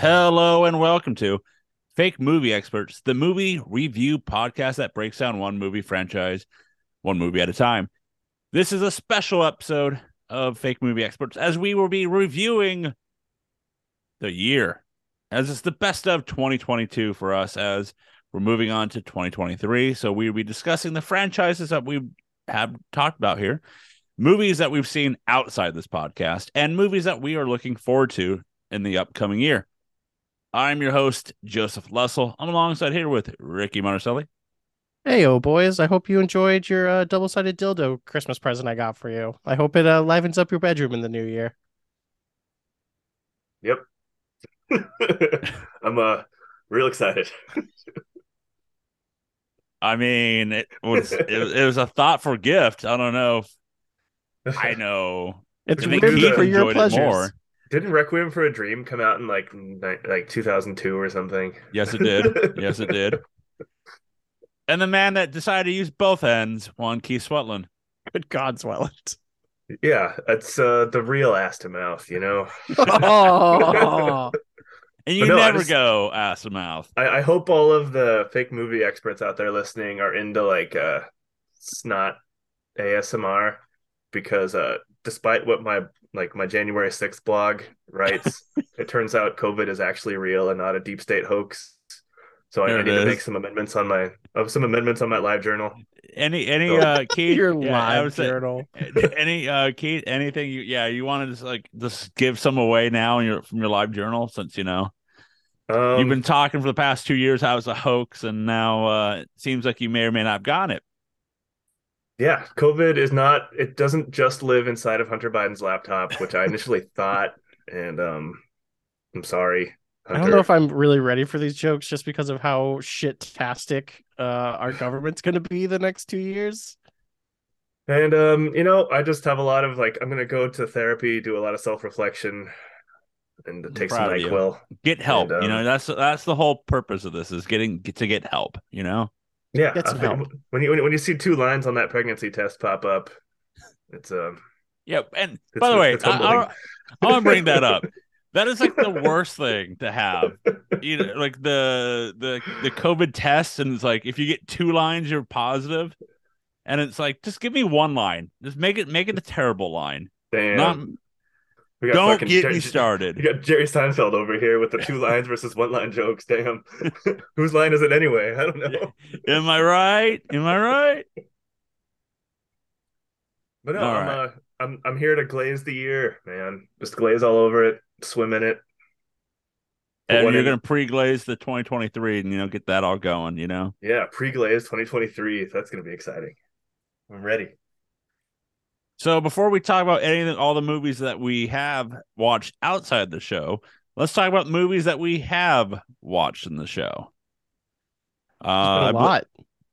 Hello and welcome to Fake Movie Experts, the movie review podcast that breaks down one movie franchise, one movie at a time. This is a special episode of Fake Movie Experts as we will be reviewing the year, as it's the best of 2022 for us, as we're moving on to 2023. So we'll be discussing the franchises that we have talked about here, movies that we've seen outside this podcast, and movies that we are looking forward to in the upcoming year. I'm your host, Joseph Lussell. I'm alongside here with Ricky Monticelli. Hey, oh boys! I hope you enjoyed your uh, double-sided dildo Christmas present I got for you. I hope it uh, livens up your bedroom in the new year. Yep. I'm uh real excited. I mean, it was it, it was a thoughtful gift. I don't know. If, I know. It's I think written he for your enjoyed it pleasures. more. Didn't Requiem for a Dream come out in like ni- like 2002 or something? Yes, it did. Yes, it did. And the man that decided to use both ends, Juan Keith Sweatland. Good God, Swelland! Yeah, it's uh the real ass to mouth, you know. oh, And you But no, I never just- go ass to mouth. I, I hope all of the fake movie experts out there listening are into like uh snot ASMR because uh despite what my like my January 6th blog writes, it turns out COVID is actually real and not a deep state hoax. So I, There I it need to is. make some amendments on my of some amendments on my live journal. Any any So- uh Keith your yeah, I would live say- journal. any uh Keith anything you yeah, you want to just like just give some away now in your from your live journal since you know Um, You've been talking for the past two years how it's a hoax, and now uh, it seems like you may or may not have gotten it. Yeah, COVID is not, it doesn't just live inside of Hunter Biden's laptop, which I initially thought. And um, I'm sorry, I don't know if I'm really ready for these jokes just because of how shit-tastic uh, our government's going to be the next two years. And um, you know, I just have a lot of like, I'm gonna go to therapy, do a lot of self-reflection, and take some proud of you. NyQuil. Get help, And, you uh, know. That's that's the whole purpose of this is getting get to get help, you know. Yeah, Get some I think help. when you when you- when you see two lines on that pregnancy test pop up, it's um, Yep. And It's- by the way, it's I, I, humbling. I want to bring that up. That is like the worst thing to have, you know, like the the the COVID test, and it's like if you get two lines, you're positive, and it's like just give me one line, just make it make it a terrible line. damn, Not we got don't fucking get Jerry- me started. You got Jerry Seinfeld over here with the two lines versus one line jokes. Damn, whose line is it anyway? I don't know. Yeah. Am I right? Am I right? But no, All I'm, right. uh, I'm I'm here to glaze the year, man. Just glaze all over it, swim in it. But And what you're if- going to pre-glaze the 2023 and you know get that all going, you know. Yeah, pre-glaze 2023. That's gonna be exciting. I'm ready. So before we talk about anything all the movies that we have watched outside the show, let's talk about movies that we have watched in the show. Uh a I bel- lot.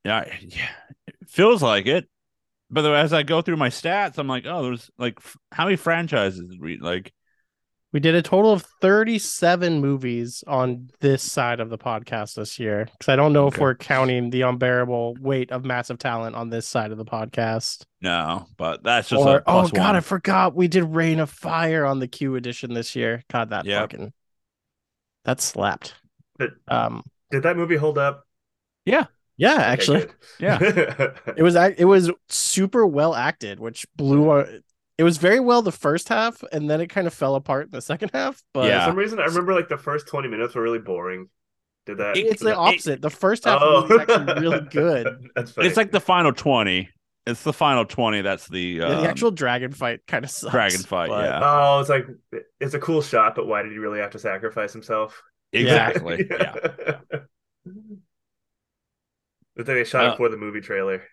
I- yeah, it feels like it. By the way, as I go through my stats, I'm like, oh, there's like f- how many franchises did we like? We did a total of 37 movies on this side of the podcast this year because I don't know if Okay. we're counting the unbearable weight of massive talent on this side of the podcast. No, but that's just Or- a oh, plus God, I one. forgot we did Rain of Fire on the Q edition this year. God, that Yep. fucking that slapped. But- Uh, Um, Did that movie hold up? yeah, Okay, actually, good. Yeah. it was ac- it was super well acted, which blew our. It was very well the first half, and then it kind of fell apart in the second half. But For Yeah. some reason, I remember like the first 20 minutes were really boring. Did that? it's the that- opposite. the first half of Oh. the movie is actually really good. That's funny. It's like the final 20. It's the final 20 that's the Yeah, um, the actual dragon fight kind of sucks. dragon fight, but- yeah. Oh, it's like it's a cool shot, but why did he really have to sacrifice himself? Exactly. yeah. But then they shot Uh, it for the movie trailer.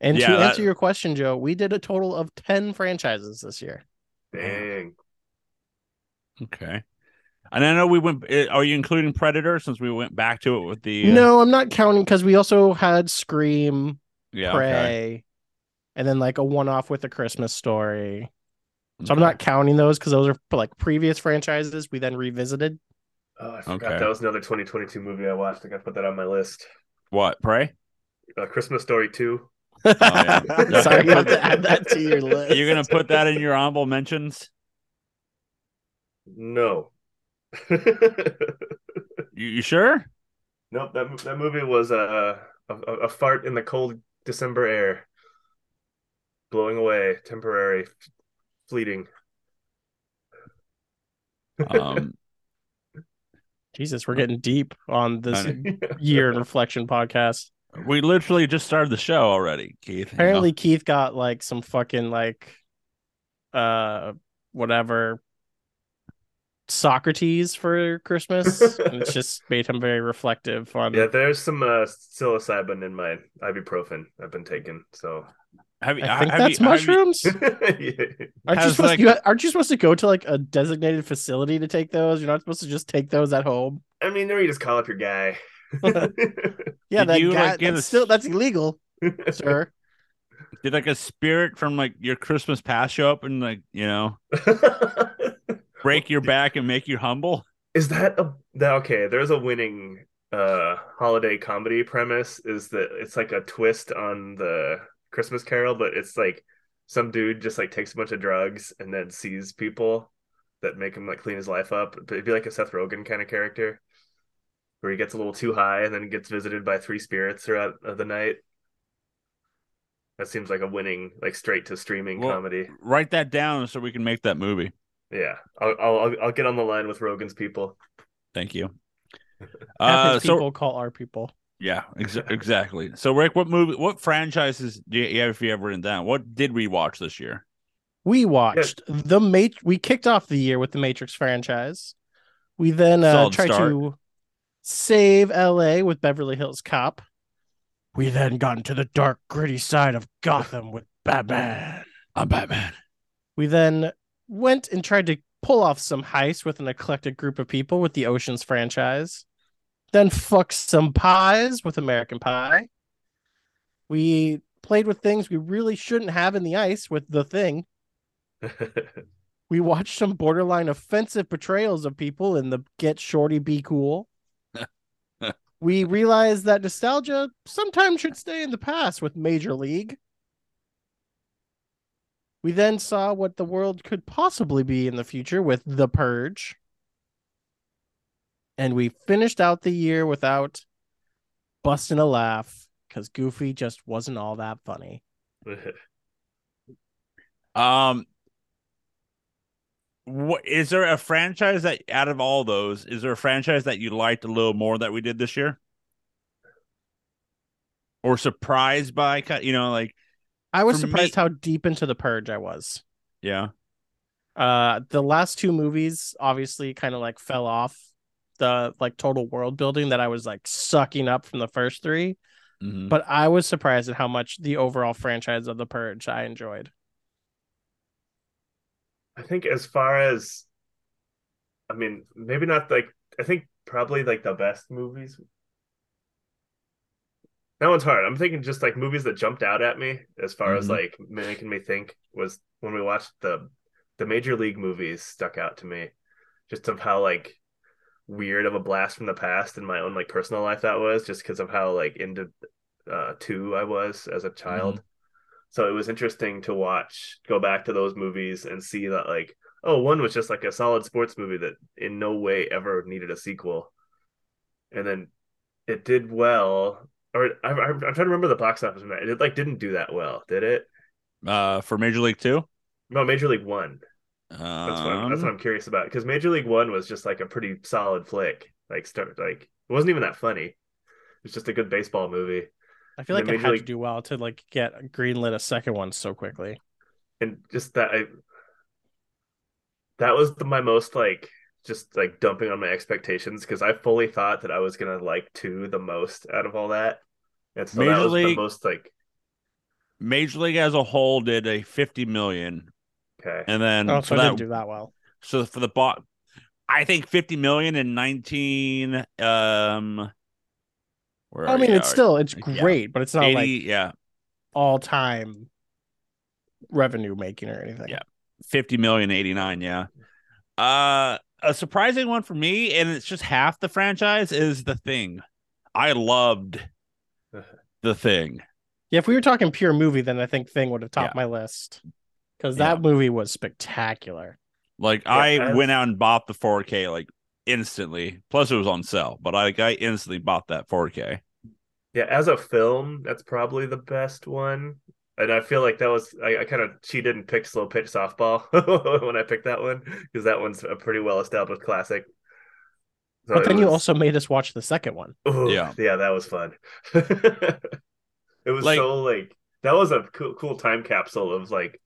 And Yeah, to that- answer your question, Joe, we did a total of ten franchises this year. Dang. Okay. And I know we went. eh, Are you including Predator since we went back to it with the uh, No, I'm not counting because we also had Scream, Yeah. Prey, okay. and then like a one-off with a Christmas story. So I'm Okay. not counting those because those are like previous franchises we then revisited. Oh, I forgot Okay. that was another 2022 movie I watched. I gotta put that on my list. What Prey? Uh, Christmas Story 2. Oh, yeah. Sorry, you have to add that to your list. You're gonna put that in your honorable mentions. No. You, you sure? nope that that movie was a, a a fart in the cold December air, blowing away, temporary, fleeting. Um, Jesus, we're getting deep on this I- year in reflection podcast. we literally just started the show already, Keith. you know? Apparently, Keith got like some fucking like, uh, whatever. Socrates for Christmas, and it's just made him very reflective on. Yeah, there's some uh, psilocybin in my ibuprofen I've been taking. So Have you? I think have that's you, have you- mushrooms. Aren't you Has, like- supposed to, aren't you supposed to go to like a designated facility to take those? You're not supposed to just take those at home. I mean, or you just call up your guy. Yeah, Did that you, guy, like, get that's a- still that's illegal, sir. did like a spirit from like your Christmas past show up and like you know break your back and make you humble? is that a that okay? There's a winning uh holiday comedy premise. Is that it's like a twist on the Christmas Carol, but it's like some dude just like takes a bunch of drugs and then sees people that make him like clean his life up. But it'd be like a Seth Rogen kind of character. Where he gets a little too high and then gets visited by three spirits throughout uh, the night. That seems like a winning, like straight to streaming Well- comedy. Write that down so we can make that movie. Yeah, I'll, I'll I'll- I'll get on the line with Rogan's people. Thank you. Have Uh, his so people call our people. yeah, ex- exactly. So Rick, what movie? What franchises do you have? If you have written down, what did we watch this year? We watched the Mat. We kicked off the year with the Matrix franchise. We then uh, Solid tried start. to save L.A. with Beverly Hills Cop. We then got into the dark, gritty side of Gotham with Batman. I'm Batman. We then went and tried to pull off some heist with an eclectic group of people with the Oceans franchise. Then fucked some pies with American Pie. We played with things we really shouldn't have in the ice with The Thing. We watched some borderline offensive portrayals of people in the Get Shorty Be Cool. we realized that nostalgia sometimes should stay in the past with Major League. We then saw what the world could possibly be in the future with The Purge. And we finished out the year without busting a laugh because Goofy just wasn't all that funny. Um, what is there a franchise that out of all those is there a franchise that you liked a little more that we did this year, or surprised by? ki- You know, like I was For me- surprised how deep into The Purge I was. yeah, uh the last two movies obviously kind of like fell off the like total world building that i was like sucking up from the first three Mhm. but i was surprised at how much the overall franchise of the purge i enjoyed I think as far as, I mean, maybe not like I think probably like the best movies. That one's hard. I'm thinking just like movies that jumped out at me as far as Mhm. like making me think was when we watched the the major league movies stuck out to me, just of how like weird of a blast from the past in my own like personal life that was, just because of how like into uh two I was as a child. So it was interesting to watch, go back to those movies and see that like, oh, one was just like a solid sports movie that in no way ever needed a sequel. And then it did well. Or I, I, I'm trying to remember the box office. man. It like didn't do that well, did it? uh, for Major League Two. No, Major League One. Um, That's what I'm, that's what I'm curious about because Major League One was just like a pretty solid flick. Like start like it wasn't even that funny. It's just a good baseball movie. i feel The like it Major had to League- do well to like get greenlit a second one so quickly and just that I that was the, my most like just like dumping on my expectations because I fully thought that I was gonna like two the most out of all that, and so Major that was the League- most like Major League as a whole did a 50 million, okay and then oh so Mm, so it didn't that do that well so for the bot, I think 50 million in 19. Um, where i are mean you? it's still it's yeah. great but it's not 80, like yeah, all time revenue making or anything Yeah. 50 million 89 yeah uh a surprising one for me and it's just half the franchise is the thing i loved the thing Yeah, if we were talking pure movie, then I think Thing would have topped my list because that movie was spectacular. like Yeah, i that's- went out and bought the 4k like instantly. Plus, it was on sale, but I, I instantly bought that 4K. Yeah, as a film, that's probably the best one. And I feel like that was I, I kind of cheated and picked slow pitch softball when I picked that one because that one's a pretty well established classic. So but it then you was- also made us watch the second one. Ooh, Yeah. yeah, that was fun. it was Like- so like that was a cool, cool time capsule of like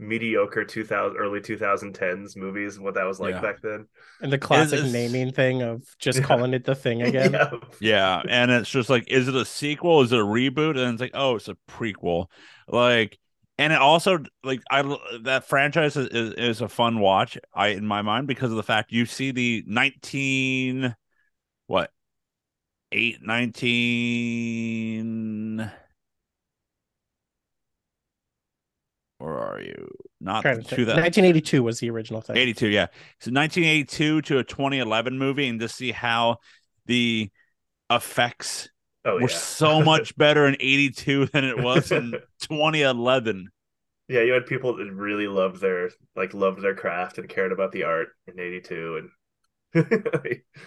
mediocre 2000 early 2010s movies and what that was like Yeah. back then. And the classic is- naming thing of just Yeah. calling it the thing again. yeah. Yeah, and it's just like, is it a sequel? Is it a reboot? And it's like, oh, it's a prequel. Like, and it also like I that franchise is, is, is a fun watch. I in my mind because of the fact you see the nineteen, what, eight nineteen. Where are you? Not Trying to two think. thousand. 1982 was the original thing. 82 yeah so 1982 to a 2011 movie and to see how the effects Oh were yeah. so much better in 82 than it was in 2011 Yeah, you had people that really loved their like loved their craft and cared about the art in 82 and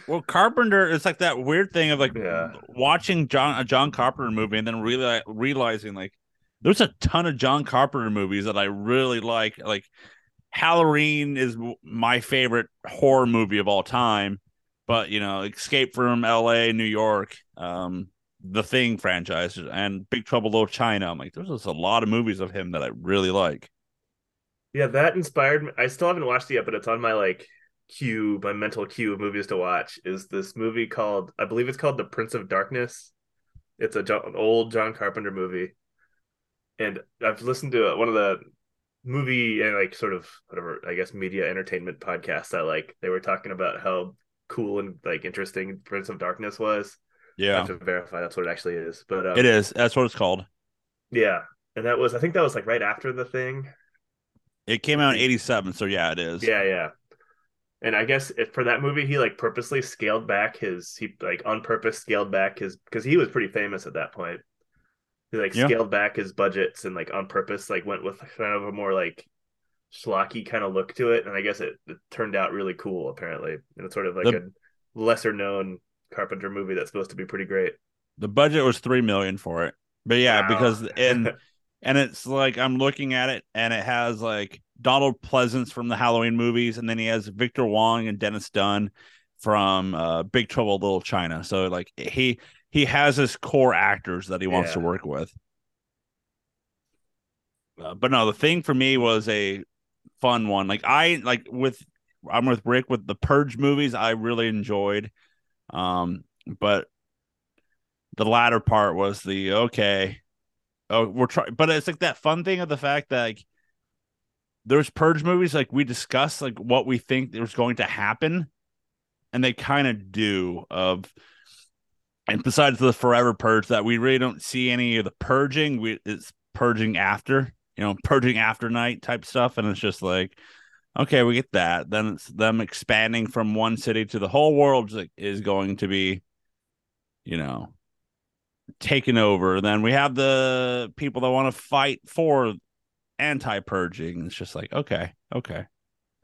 well carpenter it's like that weird thing of like Yeah. watching john a john carpenter movie and then reali- realizing like there's a ton of john carpenter movies that i really like like halloween is w- my favorite horror movie of all time but you know escape from la new york um the thing franchise and big trouble little china i'm like there's just a lot of movies of him that i really like Yeah, that inspired me. I still haven't watched it yet, but it's on my like queue, my mental queue of movies to watch. Is this movie called? I believe it's called The Prince of Darkness. It's a John, an old John Carpenter movie, and I've listened to uh, one of the movie and like sort of whatever I guess media entertainment podcasts I like. They were talking about how cool and like interesting Prince of Darkness was. I yeah have to verify that's what it actually is, but um, it is that's what it's called Yeah, and that was I think that was like right after the thing. it came out in 87 so yeah it is Yeah, yeah. And I guess if for that movie, he like purposely scaled back his he like on purpose scaled back his because he was pretty famous at that point. He like Yeah. scaled back his budgets and like on purpose like went with kind of a more like schlocky kind of look to it, and I guess it, it turned out really cool apparently. And it's sort of like The- a lesser known Carpenter movie that's supposed to be pretty great. the budget was three million for it but yeah Wow. because and and it's like i'm looking at it and it has like donald pleasance from the halloween movies and then he has victor wong and dennis dunn from uh big trouble in little china so like he he has his core actors that he wants Yeah. to work with uh, but no the thing for me was a fun one like i like with i'm with rick with the purge movies i really enjoyed um but the latter part was the okay oh we're trying but it's like that fun thing of the fact that like there's purge movies like we discuss like what we think was going to happen and they kind of do of and besides the forever purge that we really don't see any of the purging we it's purging after you know purging after night type stuff and it's just like okay we get that then it's them expanding from one city to the whole world is- is going to be you know taken over. Then we have the people that want to fight for anti purging. It's just like, okay, okay.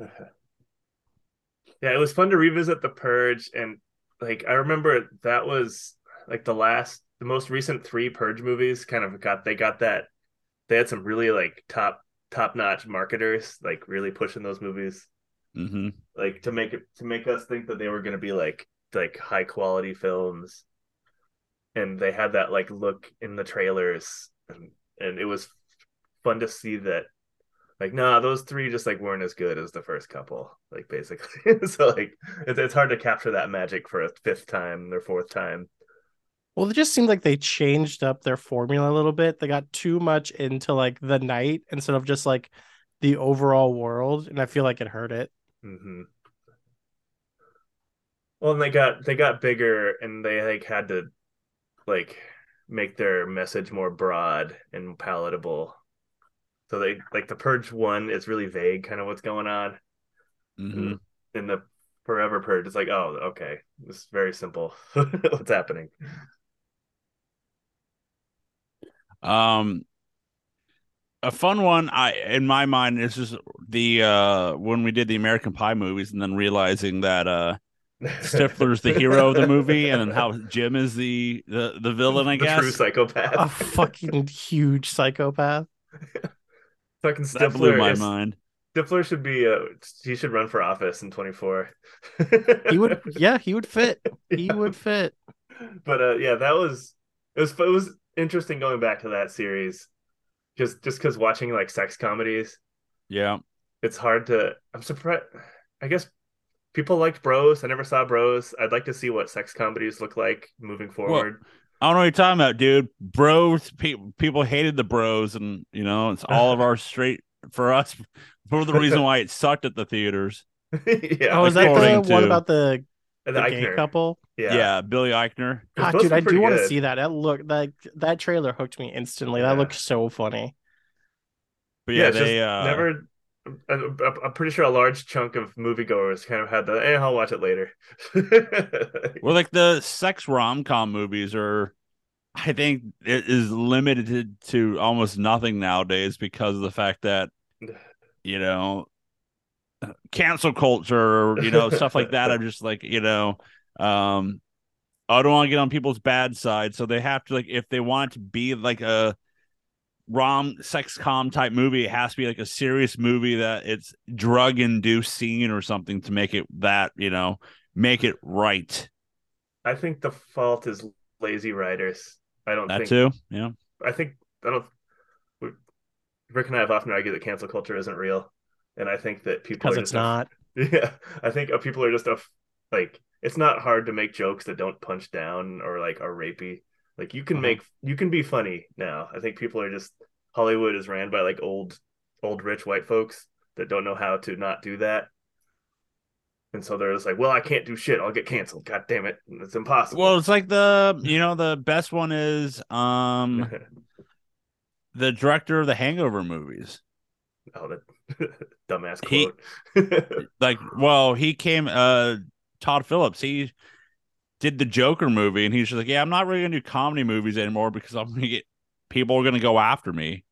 Yeah, it was fun to revisit the purge and like I remember that was like the last the most recent three purge movies kind of got they got that they had some really like top top notch marketers like really pushing those movies hmm like to make it to make us think that they were going to be like like high quality films and they had that like look in the trailers and, and it was fun to see that like nah those three just like weren't as good as the first couple like basically so like it's, it's hard to capture that magic for a fifth time or fourth time Well, it just seemed like they changed up their formula a little bit. They got too much into like the night instead of just like the overall world, and I feel like it hurt it. hmm well and they got they got bigger and they like had to like make their message more broad and palatable so they like the purge one it's really vague kind of what's going on hmm in the forever purge it's like oh okay it's very simple what's happening Mm. Um, a fun one I in my mind is just the uh when we did the American Pie movies and then realizing that uh Stifler's the hero of the movie, and then how Jim is the the, the villain. I the guess Oh, true psychopath. a fucking huge psychopath. Fucking Stifler. that blew my is- mind. Stifler should be. Uh, he should run for office in 24. He would, yeah, he would fit. He would fit. but uh, yeah, that was it was it was interesting going back to that series, just just because watching like sex comedies, Yeah, it's hard to. I'm surprised. I guess people liked Bros. I never saw Bros. I'd like to see what sex comedies look like moving forward. I don't know what you're talking about, dude. Bros, pe- people hated the bros, and you know it's all of our straight for us for the reason why it sucked at the theaters. yeah, Oh, is that the according one to- about the, and the the gay Eichner. couple? Yeah, Yeah, Billy Eichner. They're Ah, dude, supposed to be I do pretty want to good. see that. That look like that trailer hooked me instantly. Yeah. That looked so funny. But Yeah, yeah, it's just they uh, never. I- I- I'm pretty sure a large chunk of moviegoers kind of had the. Eh, I'll watch it later. Well, like the sex rom com movies are, I think, it is limited to almost nothing nowadays because of the fact that, you know, cancel culture, you know, stuff like that. I'm just like, you know, um, I don't want to get on people's bad side, so they have to like if they want to be like a rom sex com type movie, it has to be like a serious movie that it's drug induced scene or something to make it that you know make it right. I think the fault is lazy writers. I don't That think. too. Yeah. I think I don't. We, Rick and I have often argued that cancel culture isn't real, and I think that people are Because it's just af- not. Yeah, I think uh, people are just af- like it's not hard to make jokes that don't punch down or like are rapey. Like you can Uh-huh. make you can be funny now. I think people are just Hollywood is ran by like old old rich white folks that don't know how to not do that. And so they're just like, well, I can't do shit. I'll get canceled. God damn it. It's impossible. Well, it's like the you know the best one is um the director of the Hangover movies. Oh, that dumbass He- quote. Like, well, he came uh Todd Phillips. He did the Joker movie, and he's just like, yeah, I'm not really gonna do comedy movies anymore because I'm gonna get people are gonna go after me.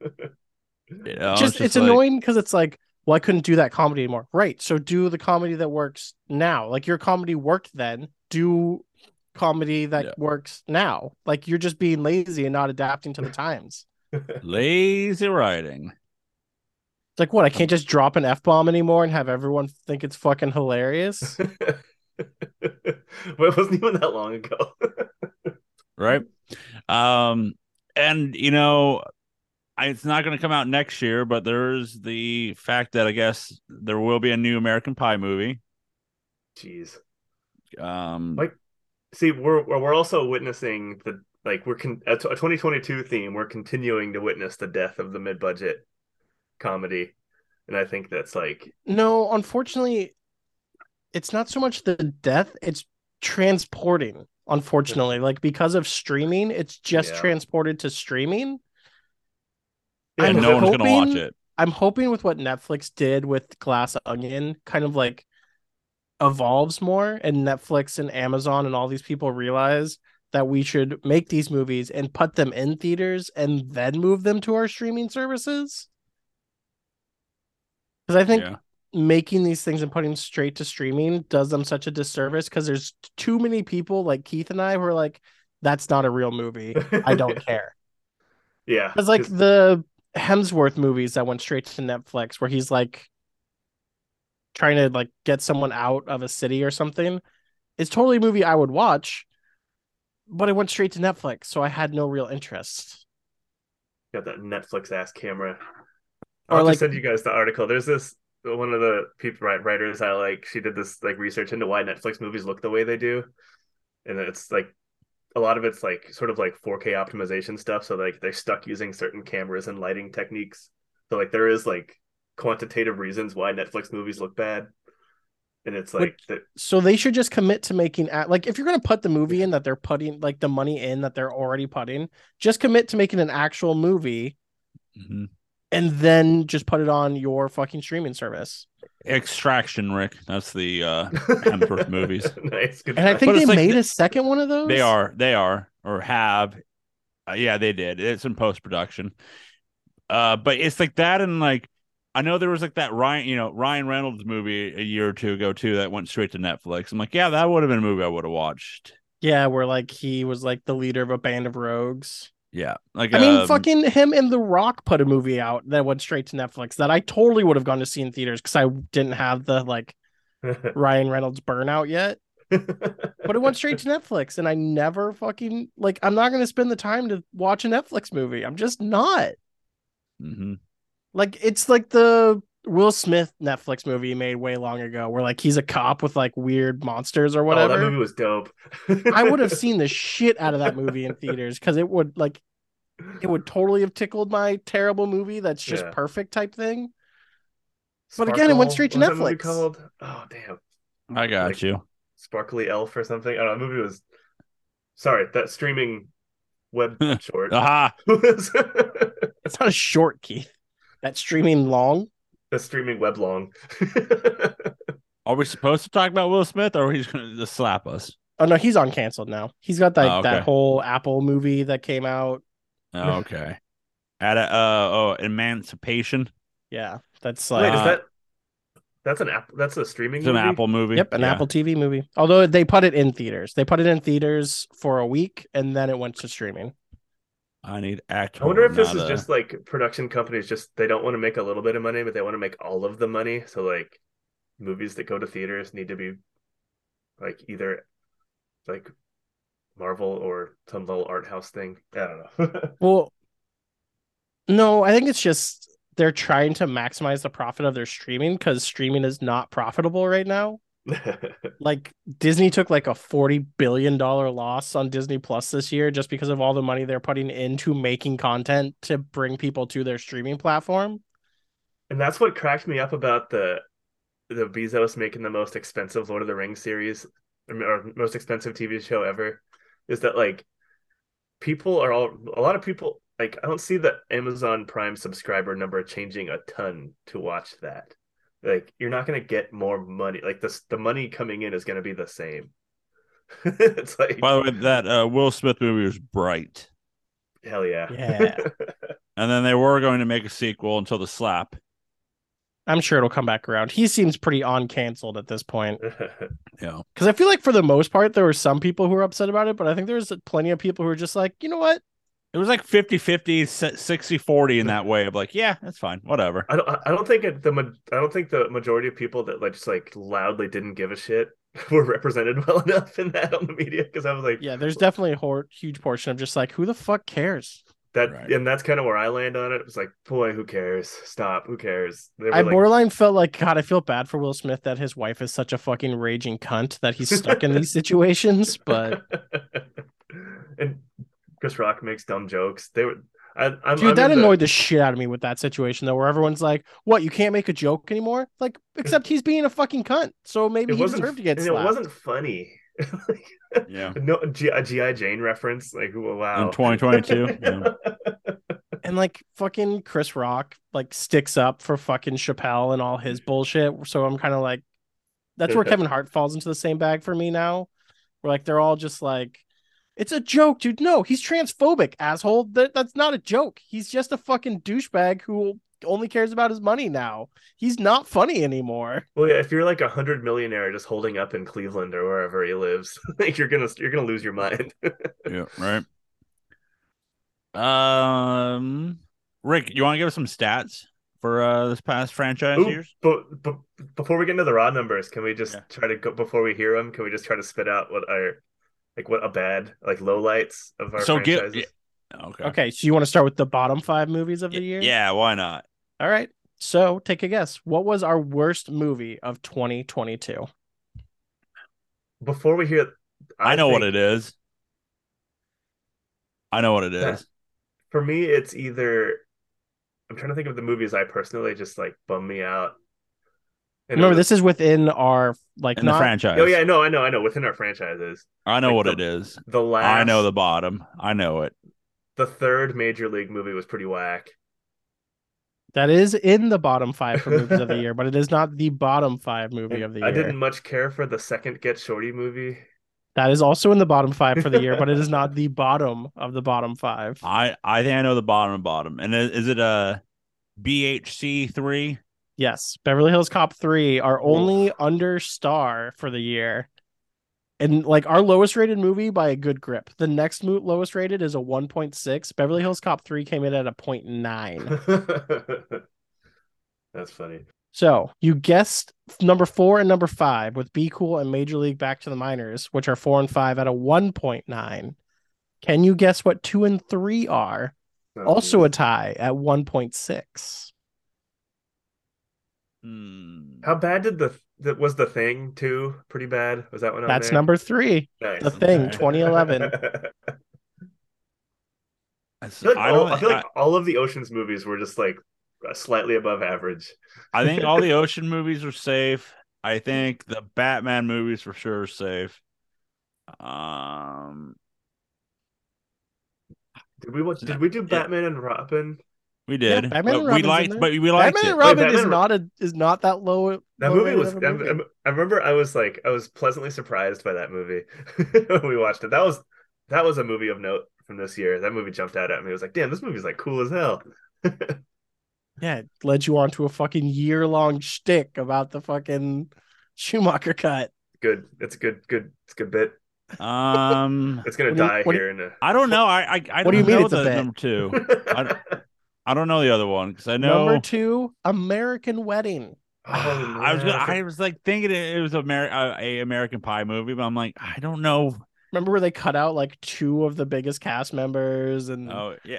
You know, just, it's, like- annoying because it's like, well, I couldn't do that comedy anymore. Right. So do the comedy that works now. Like your comedy worked then. Do comedy that Yeah. works now. Like you're just being lazy and not adapting to the times. Lazy writing. It's like what? I can't just drop an f bomb anymore and have everyone think it's fucking hilarious. well, it wasn't even that long ago. right? Um, and you know, I, it's not going to come out next year, but there's the fact that I guess there will be a new American Pie movie. Jeez. Um, Like- See, we're we're we're also witnessing the like we're con- a t- a 2022 theme. We're continuing to witness the death of the mid-budget comedy, and I think that's like No, unfortunately, it's not so much the death, it's transporting, unfortunately. Like because of streaming, it's just Yeah. transported to streaming. and I'm no one's going to watch hoping- it. I'm hoping with what Netflix did with Glass Onion kind of like evolves more and Netflix and Amazon and all these people realize that we should make these movies and put them in theaters and then move them to our streaming services. Cuz I think yeah. making these things and putting them straight to streaming does them such a disservice because there's too many people like Keith and I who are like, that's not a real movie. I don't care. yeah. It's like 'cause- the Hemsworth movies that went straight to Netflix where he's like trying to like get someone out of a city or something. It's totally a movie I would watch, but it went straight to Netflix, so I had no real interest. got that Netflix ass camera. Or I'll like- just send you guys the article. There's this one of the people right, writers I like. She did this like research into why Netflix movies look the way they do, and it's like a lot of it's like sort of like 4K optimization stuff. So like they're stuck using certain cameras and lighting techniques. So like there is like quantitative reasons why Netflix movies look bad, and it's Which- like that. So they should just commit to making a- like if you're gonna put the movie in that they're putting like the money in that they're already putting, just commit to making an actual movie Mhm. and then just put it on your fucking streaming service. Extraction, Rick. That's the uh, Hemsworth movies. nice. Good And I try. think it's they like made the- a second one of those. they are, they are, or have. Uh, yeah, they did. It's in post production. Uh, but it's like that, and like I know there was like that Ryan, you know, Ryan Reynolds movie a year or two ago too that went straight to Netflix. I'm like, yeah, that would have been a movie I would have watched. Yeah, where like he was like the leader of a band of rogues. Yeah, like I mean, um, fucking him and The Rock put a movie out that went straight to Netflix that I totally would have gone to see in theaters because I didn't have the like Ryan Reynolds burnout yet. But it went straight to Netflix, and I never fucking like. I'm not gonna spend the time to watch a Netflix movie. I'm just not. mhm. Like it's like the Will Smith Netflix movie he made way long ago, where like he's a cop with like weird monsters or Oh, whatever. that movie was dope. I would have seen the shit out of that movie in theaters because it would like it would totally have tickled my terrible movie that's just Yeah. perfect type thing. but again, it went straight to what was that movie Netflix. Called oh damn, I got Like- you. Sparkly Elf or something. I don't know. The movie was sorry that streaming web short Aha! was It's not a short Keith. That streaming long. the streaming web long. Are we supposed to talk about Will Smith, or he's going to just slap us? Oh no, he's on canceled now. He's got that Oh, okay. that whole Apple movie that came out. Oh, okay. At a, uh oh, Emancipation. Yeah, that's Wait, like is Uh, that that's an app? That's a streaming. It's an movie? Apple movie. yep, an Yeah. Apple TV movie. Although they put it in theaters, they put it in theaters for a week and then it went to streaming. I need actor. I wonder if this not is a- just like production companies just they don't want to make a little bit of money, but they want to make all of the money. So like movies that go to theaters need to be like either like Marvel or some little art house thing. I don't know. Well, no, I think it's just they're trying to maximize the profit of their streaming because streaming is not profitable right now. Like Disney took like a forty billion dollar loss on Disney Plus this year just because of all the money they're putting into making content to bring people to their streaming platform. and that's what cracked me up about the the Bezos making the most expensive Lord of the Rings series or- or most expensive TV show ever is that like people are all a lot of people like I don't see the Amazon Prime subscriber number changing a ton to watch that. Like you're not going to get more money. Like this the money coming in is going to be the same. it's like By the way, that uh, Will Smith movie was bright, hell yeah. Yeah. and then they were going to make a sequel until the slap. I'm sure it'll come back around. He seems pretty on canceled at this point You know, because I feel like for the most part there were some people who were upset about it, but I think there's plenty of people who were just like, you know what, it was like 50 50, 60 40 in that way of like, yeah, that's fine, whatever. I don't. I don't think it, the. ma- I don't think the majority of people that like just like loudly didn't give a shit were represented well enough in that on the media because I was like, Yeah, there's definitely a hor- huge portion of just like, who the fuck cares? that, Right. and that's kind of where I land on it. It was like, boy, who cares? Stop, who cares? They were I like, borderline felt like, God, I feel bad for Will Smith that his wife is such a fucking raging cunt that he's stuck in these situations. But and Chris Rock makes dumb jokes. They were. I, I'm, dude, I'm that in the- annoyed the shit out of me with that situation though, where everyone's like, "What? You can't make a joke anymore?" Like, except he's being a fucking cunt, so maybe it he wasn't. deserved to get and slapped. It wasn't funny. Like, Yeah. no G, a GI Jane reference. Like wow. In 2022. yeah. And like, fucking Chris Rock like sticks up for fucking Chappelle and all his bullshit. So I'm kind of like, that's where Kevin Hart falls into the same bag for me now. Where like they're all just like, it's a joke, dude. No, he's transphobic, asshole. That that's not a joke. He's just a fucking douchebag who only cares about his money now. He's not funny anymore. Well, yeah, if you're like a hundred millionaire just holding up in Cleveland or wherever he lives, like you're gonna you're gonna lose your mind. yeah, right. Um, Rick, you want to give us some stats for uh, this past franchise Ooh, years? but, but before we get into the raw numbers, can we just Yeah. try to go before we hear them? Can we just try to spit out what our like what a bad like low lights of our So give- franchises? Okay. Okay, so you want to start with the bottom five movies of the year? Yeah, why not? All right. So take a guess. What was our worst movie of 2022? Before we hear, I, know what it think is. I know what it Yeah. is. For me, it's either I'm trying to think of the movies I personally just like bum me out. And Remember, it was- this is within our like In the not franchise. Oh yeah, no, I know, I know. Within our franchises, I know like what the it is. the last I know the bottom. I know it. the third major league movie was pretty whack. that is in the bottom five for movies of the year, but it is not the bottom five movie And of the year. I didn't much care for the second Get Shorty movie. That is also in the bottom five for the year, but it is not the bottom of the bottom five. Ah. I I think I know the bottom bottom. And is, is it a BHC three? Yes, Beverly Hills Cop 3, our only under star for the year. And like our lowest rated movie by a good grip. The next mo- lowest rated is a 1.6. Beverly Hills Cop 3 came in at a 0.9. That's funny. so you guessed number four and number five with Be Cool and Major League Back to the Minors, which are four and five at a 1.9. Can you guess what two and three are? Oh, Also a geez. tie at 1.6. Hmm. how bad did the that was the thing too? Pretty bad. Was that one? on That's there? number three. Nice. The thing, Okay. 2011. That's- I feel like, I all, don't. I feel I, like all of the Ocean's movies were just like slightly above average. I think all the ocean movies are safe. I think the Batman movies for sure are safe. Um, Did we watch? No. Did we do Yeah. Batman and Robin? we did. but Batman and we Robin's in liked, there. but we liked Batman and it. Robin Batman is and- not a is not that low. That low movie rated was. of I, a movie. I remember I was like I was pleasantly surprised by that movie when we watched it. That was that was a movie of note from this year. That movie jumped out at me. It was like, damn, this movie's like cool as hell. yeah, it led you on to a fucking year long shtick about the fucking Schumacher cut. Good. It's a good. Good. It's a good bit. um, It's gonna What do you- die what do- here in a. I don't know. I I, I don't What do you mean know it's a the bet? number two. Oh, I don't- I don't know the other one because I know. Number two, Oh, American Wedding. Ah, I was gonna, man. I was like thinking it, it was Ameri- uh, a American Pie movie, but I'm like I don't know. Remember where they cut out like two of the biggest cast members and Oh yeah,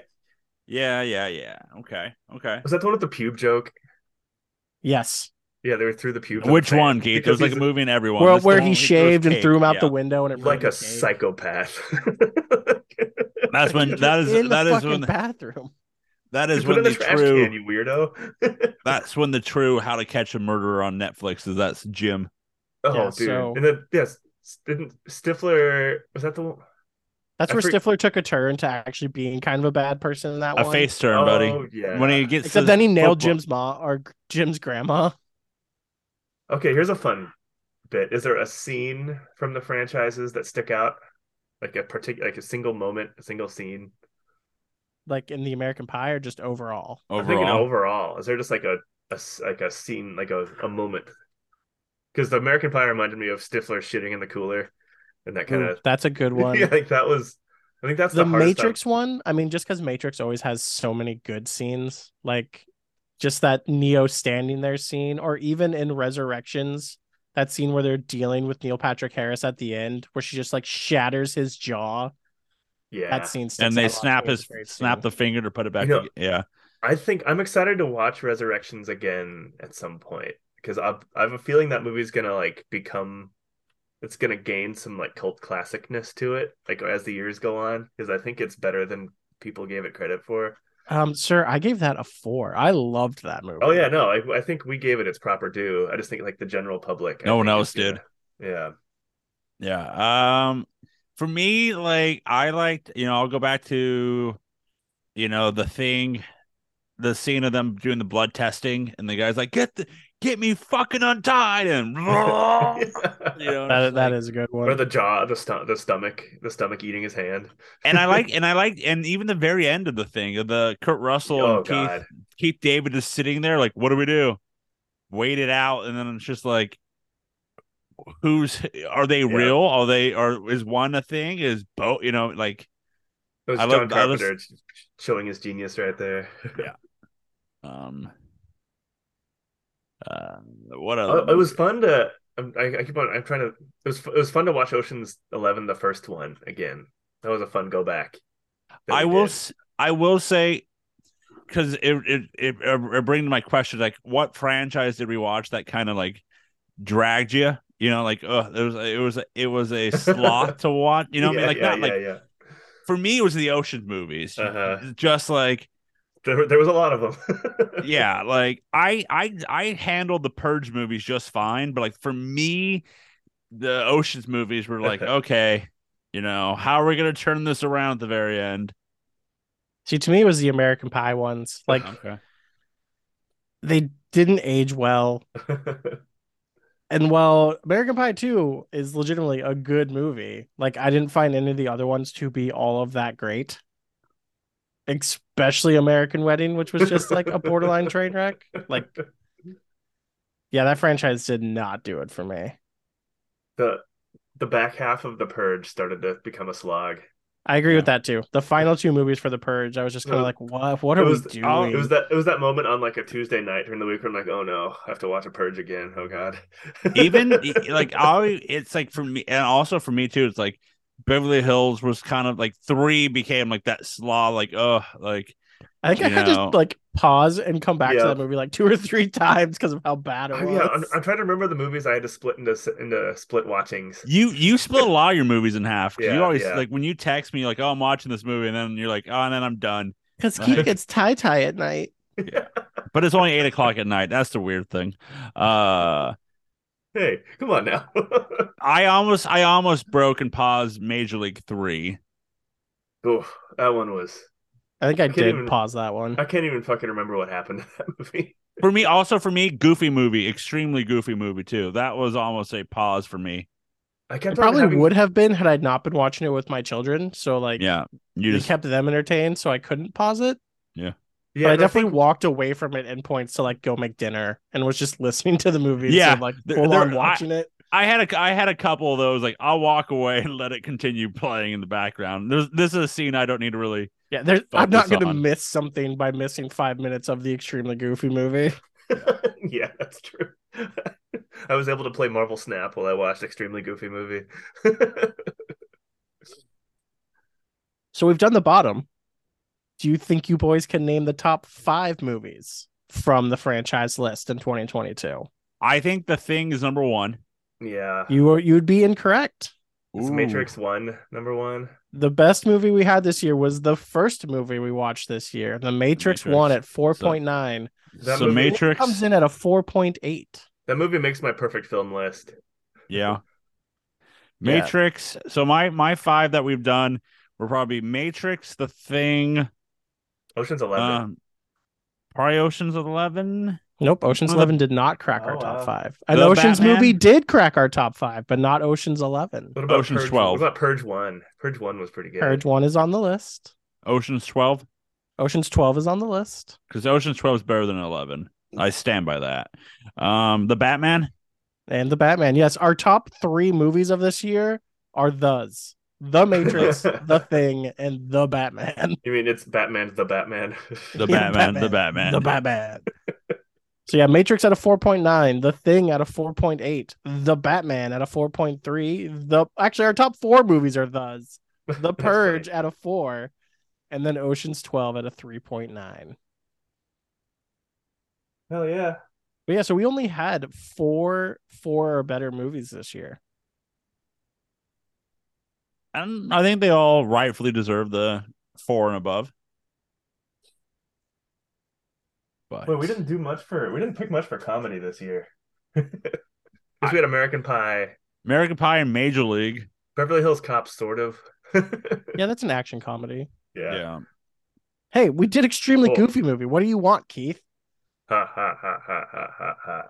yeah, yeah, yeah. Okay, okay. Was that the one with the pube joke? yes, Yeah, they were through the pube. Which one, Keith? There was Because like a he's movie in everyone. where, That's the where one he throws shaved and cake. threw him out the Yeah. window and it like a ruined the cake. psychopath. That's when that is in the that is fucking when bathroom. that You is put it when in the the trash true can, you weirdo. that's when the true How to Catch a Murderer on Netflix is that's Jim. oh, Yeah, dude. so- And then yes, didn't Stifler was that the one? That's I where for- Stifler took a turn to actually being kind of a bad person in that A one. face turn, buddy. Oh yeah. When he gets to Except then he nailed football- Jim's mom or Jim's grandma. Okay, here's a fun bit. Is there a scene from the franchises that stick out? Like a particular, like a single moment, a single scene. like in the American Pie or just overall? I'm thinking overall. overall. Is there just like a, a s- like a scene, like a, a moment? Because the American Pie reminded me of Stifler shitting in the cooler, and that kind Ooh, of that's a good one. yeah, like that was. I think that's the, the hardest I've- Matrix one, I mean, just because Matrix always has so many good scenes, like just that Neo standing there scene, or even in Resurrections, that scene where they're dealing with Neil Patrick Harris at the end, where she just like shatters his jaw. Yeah, That scene, sticks And they out a lot snap to me as a his great snap scene. the finger to put it back. You know- toge- yeah. I think I'm excited to watch Resurrections again at some point because I I have a feeling that movie's gonna like become it's gonna gain some like cult classicness to it like as the years go on because I think it's better than people gave it credit for. Um, sir, I gave that a four. I loved that movie. Oh yeah, no, I, I think we gave it its proper due. I just think like the general public, I No one think, else is gonna- did. Yeah, Yeah. Um for me, like I liked, you know, I'll go back to you know, the thing, the scene of them doing the blood testing and the guy's like, get the get me fucking untied and you know, that, it's that like- is a good or one. the jaw, the sto- the stomach, the stomach eating his hand. and I like and I like and even the very end of the thing of the Kurt Russell Oh and Keith god, Keith David is sitting there like, what do we do? Wait it out, and then it's just like, who's are they Yeah. real? Are they are is one a thing? Is both you know like it was I John love- I was- Carpenter showing his genius right there. Um. Uh, what Uh, other? it was movie? fun to. I'm- I, I keep on. I'm trying to. It was. It was fun to watch Ocean's Eleven, the first one again. That was a fun go back. that I we will. did. s- I will say, because it it it, it, it brings to my question like, what franchise did we watch that kind of like dragged you? You know, like uh, it was a- it was a, it was a sloth to watch. You know, what yeah, I mean, like yeah, not yeah, like yeah. for me, it was the ocean movies. Uh-huh. Just like There, there was a lot of them. yeah, like I I I handled the Purge movies just fine, but like for me, the Ocean's movies were like, okay, you know, how are we gonna turn this around at the very end? See, to me, it was the American Pie ones. Like Uh-huh. Okay. they didn't age well. And while American Pie 2 is legitimately a good movie, like I didn't find any of the other ones to be all of that great. Especially American Wedding, which was just like a borderline train wreck. Like Yeah, that franchise did not do it for me. the the back half of the purge started to become a slog. I agree Yeah. with that too. The final two movies for The Purge, I was just kind It of like, was- what? What it are was, we oh, doing? It was that it was that moment on like a Tuesday night during the week where I'm like, oh no, I have to watch a purge again. Oh god. even e, like I it's like for me and also for me too it's like Beverly Hills was kind of like three became like that slaw like oh like I think I you had know. to like pause and come back Yeah. to that movie like two or three times because of how bad it Oh, was. yeah, I'm, I'm trying to remember the movies I had to split into s- into split watchings. you you split a lot of your movies in half 'cause you Yeah, always yeah. like when you text me like oh I'm watching this movie and then you're like oh and then I'm done Because Right. Keith gets tie tie at night. but it's only eight o'clock at night that's the weird thing uh Hey, come on now. I almost I almost broke and paused Major League Three Oof, that one was. I think I, I can't did even- pause that one. I can't even fucking remember what happened in that movie. for me also for me goofy movie extremely goofy movie too that was almost a pause for me I It kept on probably having- would have been had I not been watching it with my children. So like yeah you it just kept them entertained, so I couldn't pause it. Yeah, but I and I definitely think- walked away from it in points to like go make dinner and was just listening to the movie Yeah, instead of like there- full there- on watching it. I had a I had a couple of those. Like I'll walk away and let it continue playing in the background. There's, this is a scene I don't need to really. Yeah, there's, I'm not focus going to on. miss something by missing five minutes of the extremely goofy movie. yeah, that's true. I was able to play Marvel Snap while I watched Extremely Goofy Movie. So we've done the bottom. Do you think you boys can name the top five movies from the franchise list in 2022? I think the thing is number one. yeah. You were, you'd be incorrect. Is Ooh. Matrix 1 number 1? The best movie we had this year was the first movie we watched this year, The Matrix, Matrix. One at 4.9. That so movie- It Matrix. comes in at a 4.8. That movie makes my perfect film list. Yeah. Yeah. Matrix. So my my five that we've done were probably Matrix, The Thing, Ocean's 11. Uh, um, probably Ocean's Eleven. Nope, Ocean's Oh, the- Eleven did not crack our Oh, top wow. five. An The Ocean's Batman? movie did crack our top five, but not Ocean's Eleven. what about Ocean's Purge, 12. What about Purge 1? Purge 1 was pretty good. Purge One is on the list. Ocean's Twelve, Ocean's Twelve is on the list. because Ocean's Twelve is better than Eleven. I stand by that. Um, The Batman. And the Batman. Yes, our top three movies of this year are those. The Matrix, The Thing, and The Batman. You mean it's Batman the Batman? The Yeah, Batman, The Batman. The Batman. so yeah, Matrix at a 4.9, The Thing at a 4.8, The Batman at a 4.3. The actually our top four movies are those. The That's Purge at a four, and then Ocean's 12 at a 3.9. Hell yeah. But yeah, so we only had four four or better movies this year. And I think they all rightfully deserve the four and above. But Wait, we didn't do much for we didn't pick much for comedy this year. 'Cause we had American Pie, American Pie and Major League. Beverly Hills Cop, sort of. yeah. Yeah, that's an action comedy. Yeah. Hey, we did extremely Cool. goofy movie. What do you want, Keith? Ha ha ha ha ha ha ha.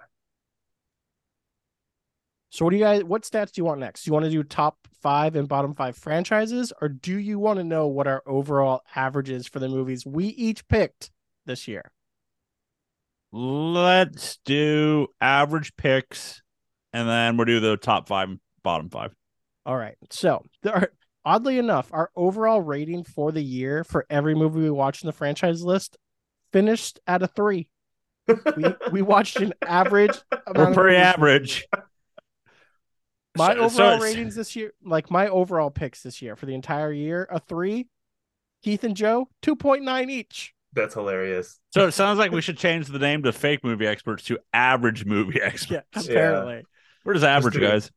So what do you guys what stats do you want next? Do you want to do top five and bottom five franchises, or do you want to know what our overall average is for the movies we each picked this year? Let's do average picks and then we'll do the top five, and bottom five. All right. So there are, oddly enough, our overall rating for the year for every movie we watched in the franchise list finished at a three. We we watched an average amount We're of pretty movies. average. So- My so overall it's- ratings this year, like my overall picks this year for the entire year, a three. Keith and Joe, two point nine each. That's hilarious. So it sounds like we should change the name to fake movie experts to average movie experts. Yeah, apparently. We're just average, do it. guys.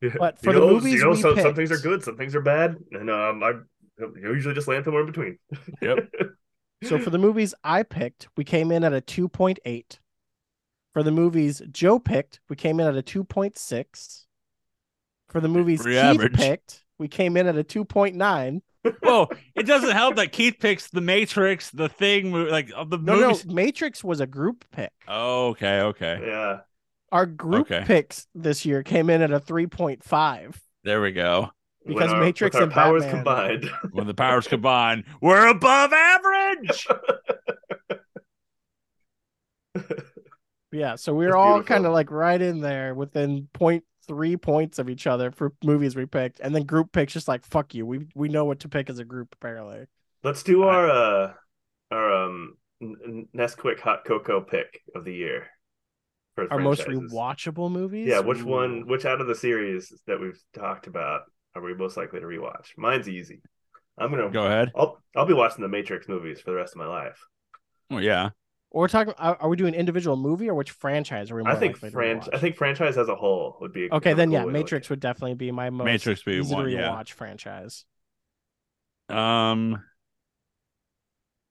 Yeah. But You for the know, movies you know, we some, some things are picked- good, some things are bad, and um, I I usually just land somewhere in between. Yep. So for the movies I picked, we came in at a 2.8. For the movies Joe picked, we came in at a 2.6. For the movies pretty Keith average. picked, we came in at a 2.9. Well, it doesn't help that Keith picks the Matrix, the thing, mo- like of the No, movies. no, Matrix was a group pick. Oh, okay, okay. yeah, Our group Okay. picks this year came in at a 3.5. There we go. When Because our- Matrix with our and powers Batman- combined. when the powers combine, we're above average. Yeah, so we It's were all beautiful. kind of like right in there within point three points of each other for movies we picked, and then group picks just like fuck you. We we know what to pick as a group apparently. Let's do I- our uh our um N- N- Nesquik hot cocoa pick of the year. For Our most franchises. rewatchable movies. Yeah, which Ooh. one? Which out of the series that we've talked about are we most likely to rewatch? Mine's easy. I'm gonna. Go ahead. I'll I'll be watching the Matrix movies for the rest of my life. Oh yeah. Or we're talking? Are, are we doing individual movie or which franchise are we? More I think likely to franchise. rewatch? I think franchise as a whole would be a, Okay, a then cool yeah, way to look Matrix at it. would definitely be my most Matrix be easy one, to yeah. rewatch franchise. Um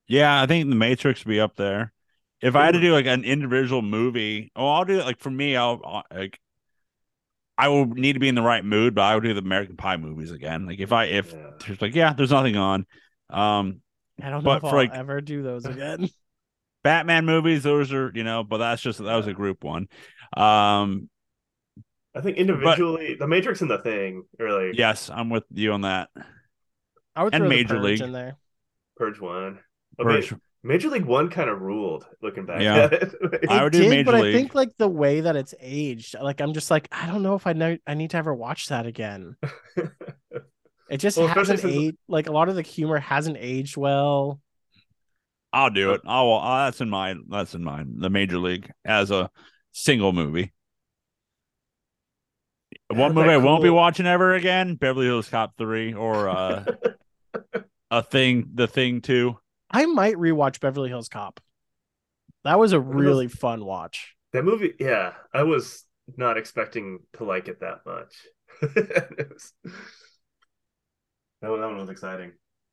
Yeah, I think the Matrix would be up there. If I had to do like an individual movie, oh, I'll do it like for me, I'll, I'll like I will need to be in the right mood, but I would do the American Pie movies again. Like if I if Yeah. there's like yeah, there's nothing on. Um I don't know But if for, I'll like- ever do those again. Batman movies, those are, you know, but that's just that was a group one. Um I think individually, the Matrix and the Thing, or like yes, I'm with you on that. I would And throw the Major Purge League. in there. Purge One. But Ma- Purge- Major League One kind of ruled. Looking back, Yeah. at it. I It would do did, Major but League. I think like the way that it's aged, like I'm just like I don't know if I know I need to ever watch that again. It just Well, especially hasn't since- aged. Like a lot of the humor hasn't aged well. I'll Uh, do it. I'll, i uh, that's in mine. That's in mine. The Major League as a single movie. Yeah, One that's movie that I won't be cool- watching ever again: Beverly Hills Cop Three or uh, a thing, The Thing Two. I might rewatch Beverly Hills Cop. That was a Hills- really fun watch. That movie, yeah, I was not expecting to like it that much. It was- that, one, that one was exciting.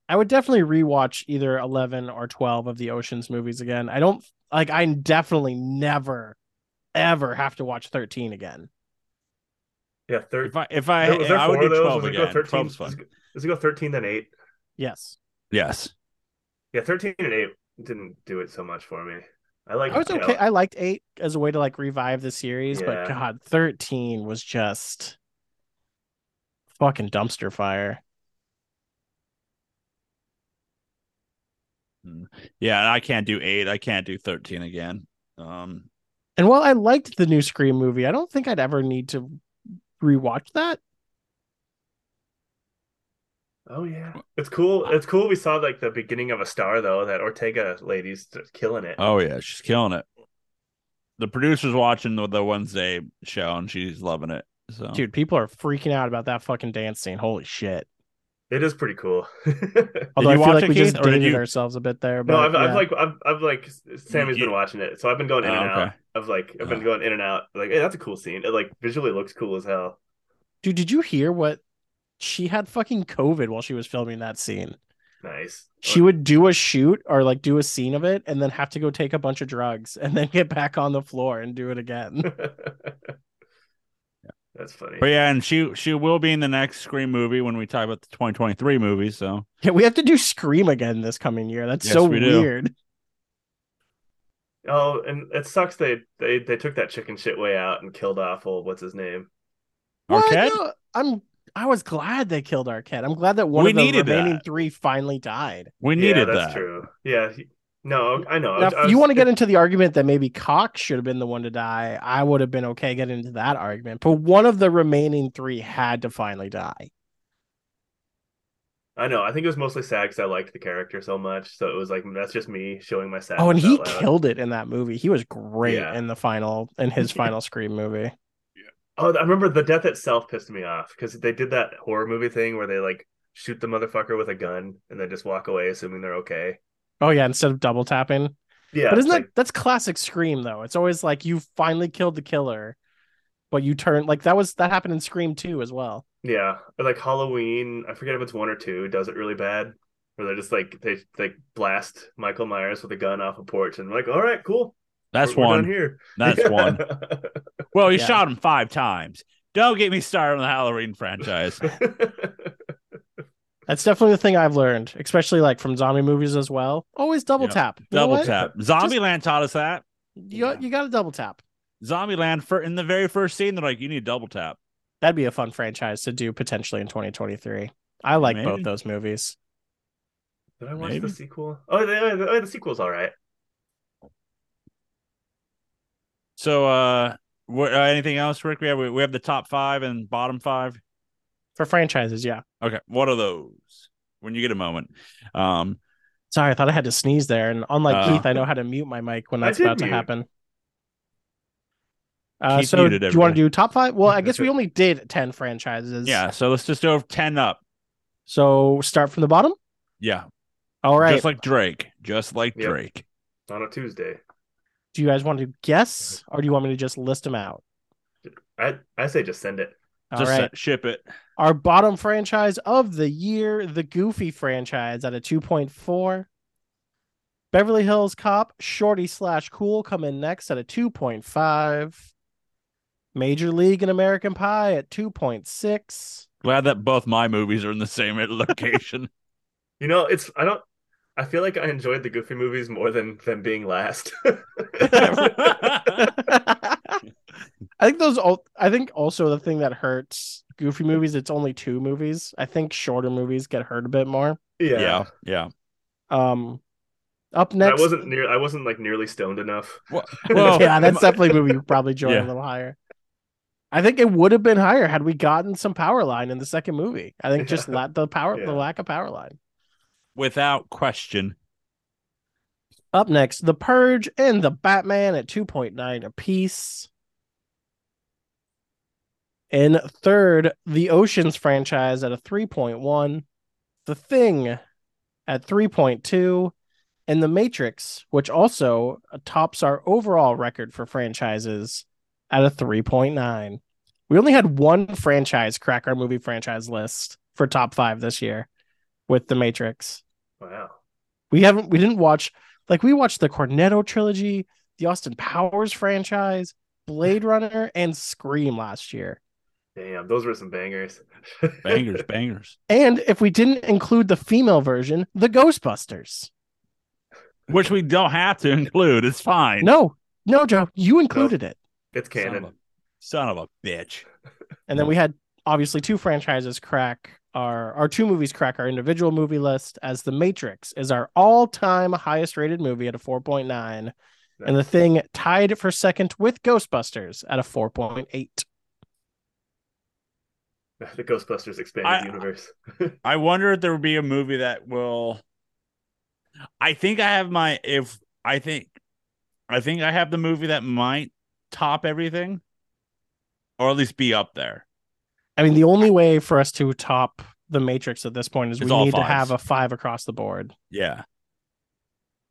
I would definitely rewatch either 11 or 12 of the Oceans movies again. I don't like I definitely never ever have to watch 13 again. Yeah, thir- If I if I there- was there I would four do of those? twelve Was it go again. 13? Twelve's fun. Does it go- does it go thirteen then eight? Yes. Yes, Yeah, thirteen and eight didn't do it so much for me. I like. I was yeah, okay. I liked 8 as a way to like revive the series, Yeah. but god, 13 was just fucking dumpster fire. yeah. and I can't do eight. I can't do thirteen again. Um, And while I liked the new Scream movie, I don't think I'd ever need to rewatch that. Oh yeah, it's cool. It's cool. We saw like the beginning of a star though. That Ortega lady's just killing it. oh yeah, she's killing it. The producer's watching the, the Wednesday show and she's loving it. So Dude, people are freaking out about that fucking dance scene. Holy shit. It is pretty cool. you Although I feel watch like it, we just Keith, or did dated you- ourselves a bit there. But No, I've, yeah. I've like I've, I've like Sammy's You- been watching it, so I've been going in Oh, and out okay. of like I've Oh. been going in and out. Like, hey, that's a cool scene. It like visually looks cool as hell. Dude, did you hear what she had fucking COVID while she was filming that scene? Nice. She would do a shoot or like do a scene of it and then have to go take a bunch of drugs and then get back on the floor and do it again. that's funny. But yeah, and she she will be in the next Scream movie when we talk about the 2023 movie. So yeah, we have to do Scream again this coming year. That's Yes, so we do. weird. Oh, and it sucks they they they took that chicken shit way out and killed off old what's his name. What? Arquette? No, I'm I was glad they killed Arquette. I'm glad that one We of the needed that. remaining three finally died. we Yeah, needed that's that. true. Yeah. he- no, I know. I Now, was- if I was- you want to get into the argument that maybe Cox should have been the one to die, I would have been okay getting into that argument. But one of the remaining three had to finally die. I know. I think it was mostly sad because I liked the character so much. So it was like that's just me showing my sadness. Oh, and he out loud. killed it in that movie. He was great uh, Yeah. in the final in his Yeah. final Scream movie. Oh, I remember the death itself pissed me off because they did that horror movie thing where they like shoot the motherfucker with a gun and then just walk away assuming they're okay. Oh yeah, instead of double tapping. Yeah, but isn't it's that that's classic Scream though? It's always like you finally killed the killer, but you turn like that was that happened in Scream 2 as well. like, yeah, or like Halloween. I forget if it's one or two. Does it really bad? Where they're just like they they blast Michael Myers with a gun off a porch and like, all right, cool. That's we're- we're done one. here. That's one. Well, he Yeah. shot him five times. Don't get me started on the Halloween franchise. That's definitely the thing I've learned, especially like from zombie movies as well. Always double Yeah. tap. You know Double what? tap. Zombieland taught us that. You, Yeah. you got to double tap. Zombieland for in the very first scene, they're like, "You need double tap." That'd be a fun franchise to do potentially in 2023. I like Maybe. both those movies. Did I watch Maybe. the sequel? Oh, the, oh, the, oh, the sequel's all right. So, uh, wh- uh, anything else, Rick? We have we have the top five and bottom five. for franchises. Yeah. Okay, what are those? When you get a moment, um, Sorry, I thought I had to sneeze there. And unlike Uh, Keith, I know how to mute my mic when I that's did about to mute. happen. Uh, Keith so, muted do you want everybody. to do top five? Well, I guess we only did 10 franchises. yeah. So let's just go ten up. So, start from the bottom. Yeah, All right. just like Drake, just like Yep. Drake. on a Tuesday. do you guys want to guess or do you want me to just list them out? I I say just send it. All right. Just se- ship it. Our bottom franchise of the year, the Goofy franchise at a 2.4. Beverly Hills Cop, Shorty slash Cool come in next at a 2.5. Major League and American Pie at 2.6. Glad that both my movies are in the same location. You know, it's I don't. I feel like I enjoyed the Goofy movies more than them being last. I think those all I think also the thing that hurts Goofy movies, it's only two movies. I think shorter movies get hurt a bit more. yeah. yeah, yeah. Um up I next wasn't near. I wasn't like nearly stoned enough. Well, well, yeah, that's definitely a movie you probably joined Yeah. a little higher. I think it would have been higher had we gotten some power line in the second movie. I think just Yeah. la- the power, Yeah. the lack of power line. without question. Up next, The Purge and The Batman at 2.9 apiece. In third, the Oceans franchise at a 3.1, The Thing at 3.2, and The Matrix, which also tops our overall record for franchises at a 3.9. We only had one franchise crack our movie franchise list for top five this year with The Matrix. Wow. We haven't we didn't watch like we watched the Cornetto trilogy, the Austin Powers franchise, Blade Runner, and Scream last year. Damn, those were some bangers. Bangers, bangers. And if we didn't include the female version, the Ghostbusters. Which we don't have to include. It's fine. No, no, Joe, you included it. it's Son of, canon. a, son of a bitch. And then we had obviously two franchises crack our our two movies crack our individual movie list as The Matrix is our all-time highest rated movie at a 4.9 and The Thing tied for second with Ghostbusters at a 4.8. The Ghostbusters expanded I- universe. I wonder if there would be a movie that will. I think I have my if I think, I think I have the movie that might top everything, or at least be up there. I mean, the only way for us to top the Matrix at this point is It's we all need to fives. have a five across the board. Yeah.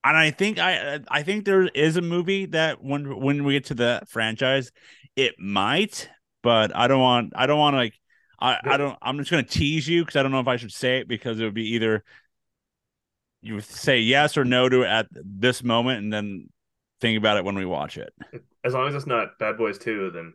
And I think I uh, I think there is a movie that when when we get to the franchise, it might, but I don't want I don't want to like I, I don't I'm just gonna tease you because I don't know if I should say it because it would be either you would say yes or no to it at this moment and then think about it when we watch it. As long as it's not Bad Boys 2, then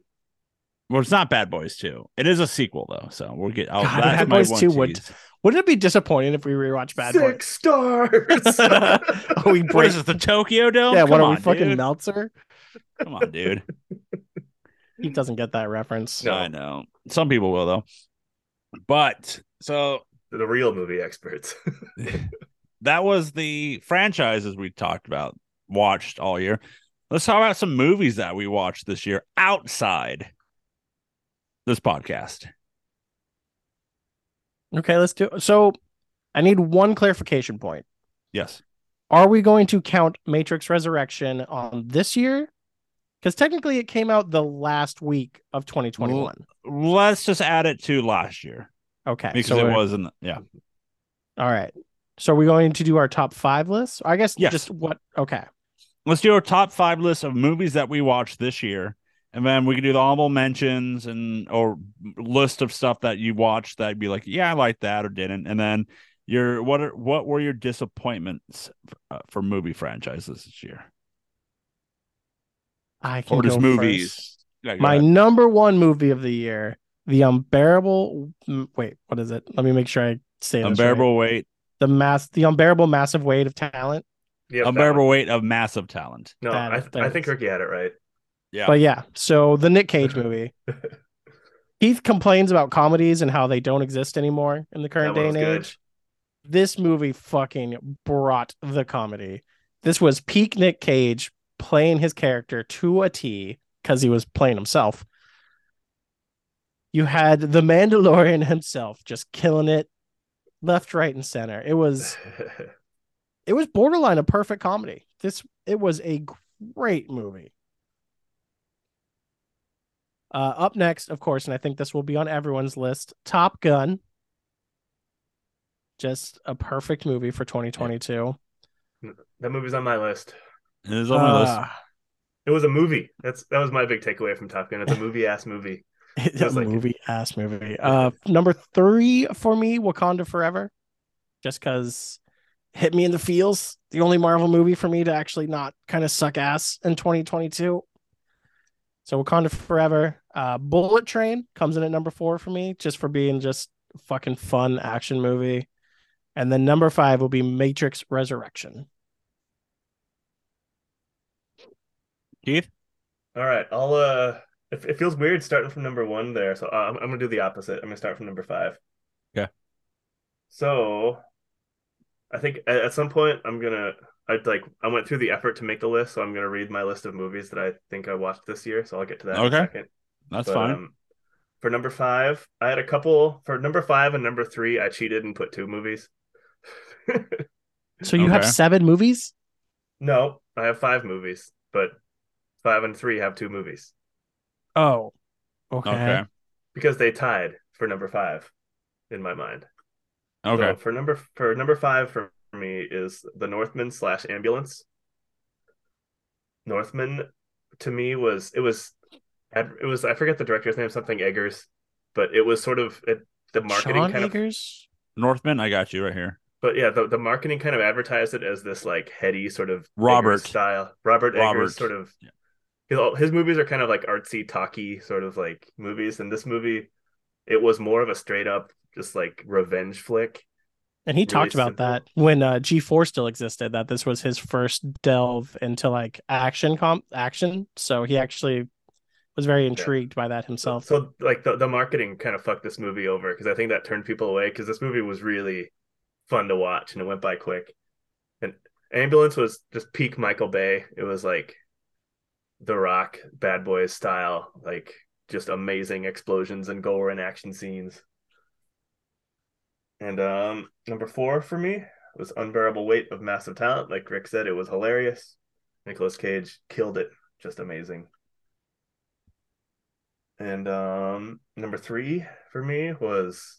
Well, it's not Bad Boys 2. It is a sequel though, so we'll get. I'll, God, that's Bad my Boys one 2 would- tease. Wouldn't it be disappointing if we rewatch Bad Boys? six stars. Oh, we What break. is it, the Tokyo Dome? yeah, what Come are we on, fucking dude. Meltzer? Come on, dude. He doesn't get that reference. No. I know. Some people will though. But so the real movie experts. that was the franchises we talked about, watched all year. Let's talk about some movies that we watched this year outside this podcast. Okay, let's do. So, I need one clarification point. Yes. Are we going to count Matrix Resurrection on this year? Because technically, it came out the last week of 2021. Let's just add it to last year Okay, because so it we're- wasn't. Yeah. all right. So, are we going to do our top five list? I guess Yes. just what? Okay. Let's do our top five list of movies that we watched this year. And then we can do the honorable mentions and or list of stuff that you watched that be like, yeah, I like that or didn't. And then your what are what were your disappointments for, uh, for movie franchises this year I can or just go movies? first. Yeah, go My ahead. number one movie of the year, The Unbearable. mm, Wait, what is it? Let me make sure I say this right. unbearable weight, The mass, the unbearable massive weight of talent. Yep, that unbearable one. weight of massive talent. No, That- I, that I think is- Ricky had it right. Yeah. But yeah, so the Nick Cage movie. Keith complains about comedies and how they don't exist anymore in the current That day one and was good. age. This movie fucking brought the comedy. This was peak Nick Cage playing his character to a T because he was playing himself. You had the Mandalorian himself just killing it left, right, and center. It was it was borderline a perfect comedy. This it was a great movie. Uh, up next, of course, and I think this will be on everyone's list, Top Gun. Just a perfect movie for 2022. that movie's on my list. It is on my list. Uh, It was a movie. That's that was my big takeaway from Top Gun. It's a movie ass movie. It's Sounds a like it. movie ass movie. Uh, number three for me, Wakanda Forever, just because hit me in the feels. The only Marvel movie for me to actually not kind of suck ass in 2022. So Wakanda Forever, uh, Bullet Train comes in at number four for me, just for being just a fucking fun action movie. And then number five will be Matrix Resurrection. Keith, All right, I'll uh. It, it feels weird starting from number one there, so uh, I'm, I'm gonna do the opposite. I'm gonna start from number five. Okay. So, I think at, at some point I'm gonna I like I went through the effort to make the list, so I'm gonna read my list of movies that I think I watched this year. So I'll get to that in Okay. a second. that's But, fine. um, for number five, I had a couple for number five and number three. I cheated and put two movies. So you have Okay. seven movies. no, I have five movies, but five and three have two movies Oh, okay. okay. because they tied for number five in my mind. Okay. So for number for number five for me is the Northman slash ambulance. Northman to me was it was it was I forget the director's name something Eggers, but it was sort of it, the marketing Sean kind of Eggers? Northman, I got you right here. but yeah, the, the marketing kind of advertised it as this like heady sort of Eggers Robert. style. Robert, Robert. Eggers sort of Yeah. his, all- his movies are kind of like artsy talky sort of like movies, and this movie it was more of a straight up just like revenge flick. And he really talked about simple. that when uh, G4 still existed, that this was his first delve into like action comp action. So he actually was very intrigued by that So, himself. so like the, the marketing kind of fucked this movie over because I think that turned people away because this movie was really fun to watch and it went by quick. And Ambulance was just peak Michael Bay. It was like The Rock, Bad Boys style, like just amazing explosions and gore and action scenes. And um, number four for me was Unbearable Weight of Massive Talent. Like Rick said, it was hilarious. Nicolas Cage killed it. Just amazing. And um, number three for me was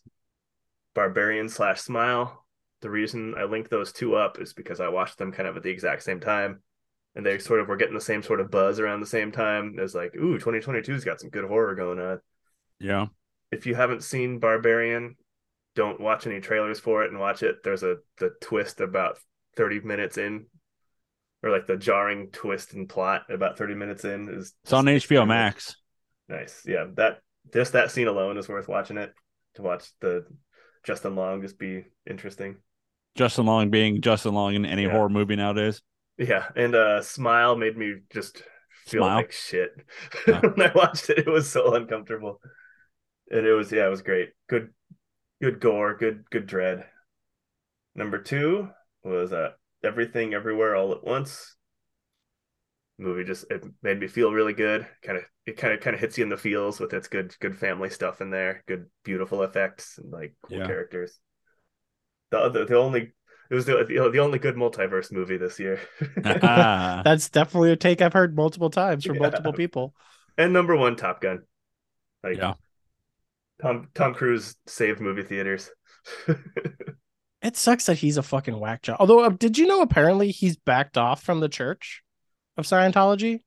Barbarian slash Smile. The reason I linked those two up is because I watched them kind of at the exact same time. And they sort of were getting the same sort of buzz around the same time. It was like, ooh, 2022's got some good horror going on Yeah. if you haven't seen Barbarian, don't watch any trailers for it and watch it. There's a the twist about 30 minutes in, or like the jarring twist and plot about 30 minutes in is It's on HBO Max. Nice. Yeah, that just that scene alone is worth watching it to watch the Justin Long just be interesting. Justin Long being Justin Long in any Yeah. horror movie nowadays. Yeah, and uh Smile made me just feel Smile. like shit Yeah. when I watched it. It was so uncomfortable. And it was yeah, it was great. Good good gore, good good dread. Number 2 was uh Everything Everywhere All at Once. Movie just it made me feel really good. Kind of it kind of kind of hits you in the feels with its good good family stuff in there, good beautiful effects and like cool Yeah. characters. The other the only it was the, the the only good multiverse movie this year. Ah, That's definitely a take I've heard multiple times from Yeah. multiple people. and number one, Top Gun. Like yeah. Tom Tom Cruise saved movie theaters. It sucks that he's a fucking whack job. Although, uh, did you know apparently he's backed off from the Church of Scientology?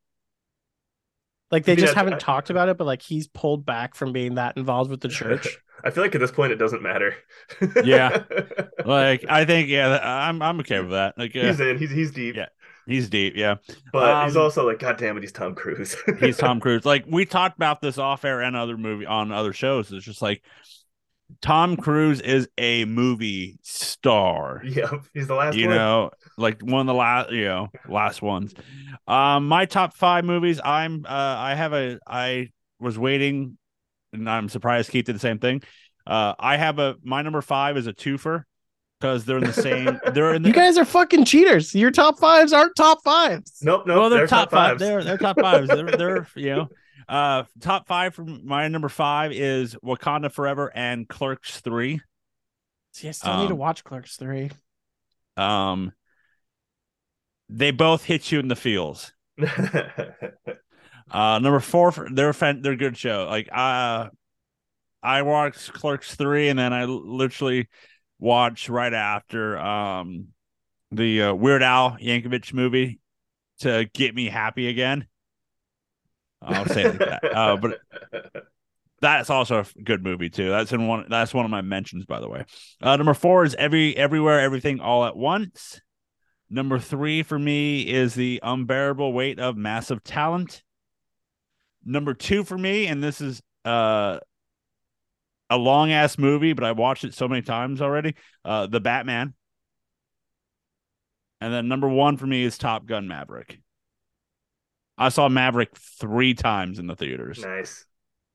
Like they Yeah, just haven't I- talked about it, but like he's pulled back from being that involved with the church. I feel like at this point it doesn't matter. Yeah. Like I think yeah, that- I'm I'm okay with that. Like yeah, he's in. He's he's deep. Yeah. he's deep, yeah. But he's Um, also like, God damn it, he's Tom Cruise. he's Tom Cruise. Like we talked about this off air and other movie on other shows. It's just like Tom Cruise is a movie star. yeah, he's the last you one. know, like one of the last, you know, last ones. Um, my top five movies. I'm, uh, I have a, I was waiting, and I'm surprised Keith did the same thing. Uh, I have a, my number five is a twofer. because they're in the same. They're in the. You guys are fucking cheaters. Your top fives aren't top fives. Nope, nope. well, Oh, they're, they're top, five. fives. They're they're top fives. They're they're you know. Uh, top five from my number five is Wakanda Forever and Clerks Three. See, I still need to Um, watch Clerks three. Um, they both hit you in the feels. Uh, number four, for- they're fan, they're good show. Like uh, I watched Clerks three, and then I l- literally watched right after um the uh, Weird Al Yankovic movie to get me happy again. I'll say it like that. Uh, but that's also a f- good movie too. That's in one. That's one of my mentions, by the way. Uh, number four is every everywhere everything all at once. Number three for me is the unbearable weight of massive talent. Number two for me, and this is uh, a long ass movie, but I watched it so many times already. Uh, the Batman. And then number one for me is Top Gun Maverick. I saw Maverick three times in the theaters. nice.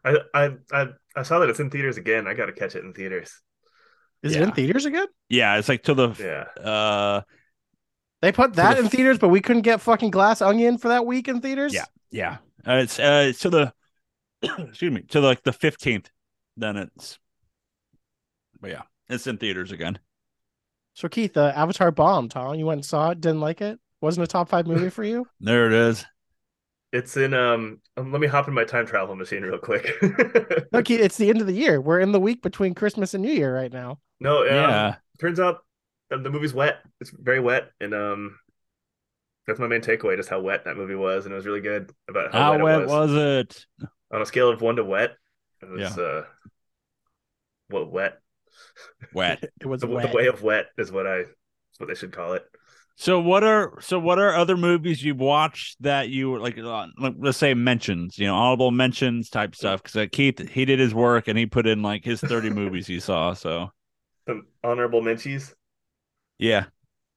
I, I I I saw that it's in theaters again. I got to catch it in theaters. Is it in yeah. theaters again? Yeah, it's like till the Yeah. uh They put that the in f- theaters, but we couldn't get fucking Glass Onion for that week in theaters. Yeah. yeah uh, it's uh it's to the excuse me to like the 15th then it's but yeah it's in theaters again So Keith, uh, Avatar bombed, huh? You went and saw it, didn't like it. Wasn't a top five movie for you. there it is It's in um. um, Let me hop in my time travel machine real quick. No, Keith, it's the end of the year. We're in the week between Christmas and New Year right now. no, um, yeah Turns out um, the, the movie's wet. It's very wet, and um, that's my main takeaway: just how wet that movie was, and it was really good about how, how wet, it was. was. it on a scale of one to wet. It was uh, what wet? wet It was The, the wet. way of wet is what I is what they should call it. so what are so what are other movies you've watched that you were like uh, like, let's say mentions you know honorable mentions type stuff because uh, keith he did his work and he put in like his 30 movies he saw so Some honorable mentions. yeah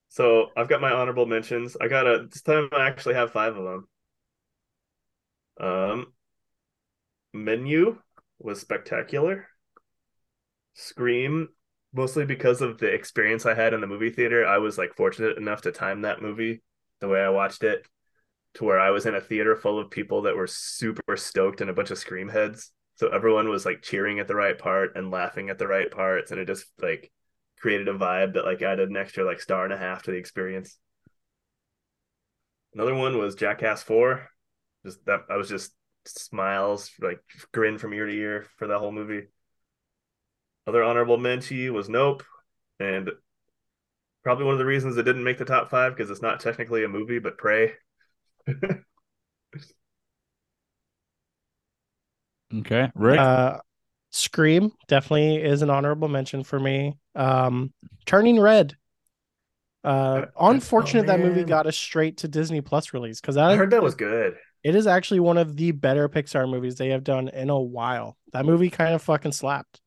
So I've got my honorable mentions. I got a this time I actually have five of them. Um, menu was spectacular. Scream, mostly because of the experience I had in the movie theater, I was like fortunate enough to time that movie the way I watched it to where I was in a theater full of people that were super stoked and a bunch of scream heads. So everyone was like cheering at the right part and laughing at the right parts, and it just like created a vibe that like added an extra like star and a half to the experience. Another one was Jackass Four. Just that I was just smiles like grin from ear to ear for that whole movie. Other honorable mention was Nope, and probably one of the reasons it didn't make the top five because it's not technically a movie, but Prey. okay rick Uh, Scream definitely is an honorable mention for me. Um, Turning Red. Uh, Oh, unfortunate that movie man. got a straight to Disney Plus release because I that heard that was good. it is actually one of the better Pixar movies they have done in a while. That movie kind of fucking slapped.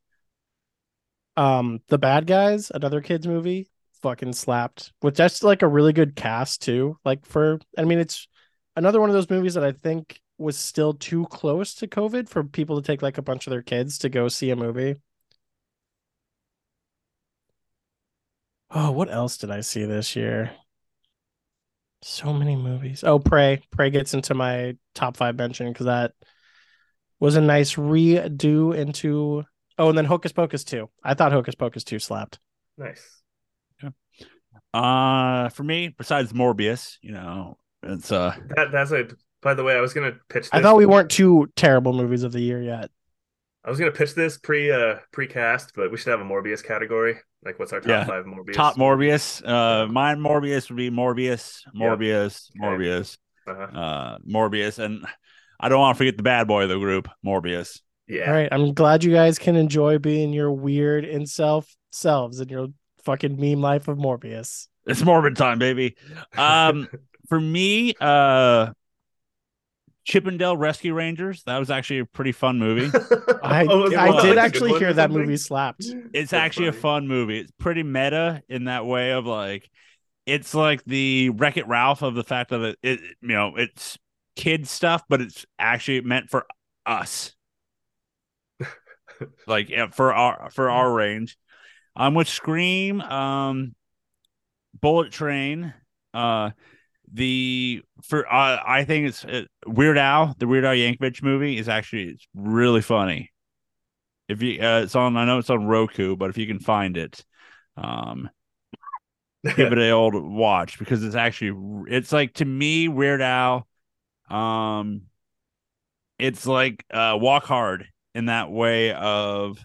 Um, The Bad Guys, another kids movie, fucking slapped with just like a really good cast too. Like for, I mean, it's another one of those movies that I think was still too close to COVID for people to take like a bunch of their kids to go see a movie. Oh, what else did I see this year? So many movies. Oh, Prey. Prey gets into my top five mention because that was a nice redo into. Oh, and then Hocus Pocus 2. I thought Hocus Pocus 2 slapped. Nice. Uh, for me, besides Morbius, you know, it's uh, That that's a. By the way, I was gonna pitch. This. I thought we weren't two terrible movies of the year yet. I was gonna pitch this pre uh precast, but we should have a Morbius category. Like, what's our top Yeah. five Morbius? top Morbius. Uh, mine Morbius would be Morbius, Morbius, Okay. Morbius, Uh-huh. uh, Morbius, and I don't want to forget the bad boy of the group, Morbius. Yeah, All right. I'm glad you guys can enjoy being your weird and self selves and your fucking meme life of Morbius. It's Morbid time, baby. Um, for me, uh, Chippendale Rescue Rangers. That was actually a pretty fun movie. I, Oh, was it I not, did like, actually Squidward hear or that something? movie slapped. It's That's actually a funny. fun movie. It's pretty meta in that way of like, it's like the Wreck It Ralph of the fact that it, it you know it's kid stuff, but it's actually meant for us, like yeah, for our for our range. I'm with Scream, um, Bullet Train, uh, the for uh, I think it's uh, Weird Al, the Weird Al Yankovic movie is actually it's really funny. If you, uh, it's on. I know it's on Roku, but if you can find it, um, give it an old watch because it's actually it's like to me Weird Al, um, it's like uh, Walk Hard in that way of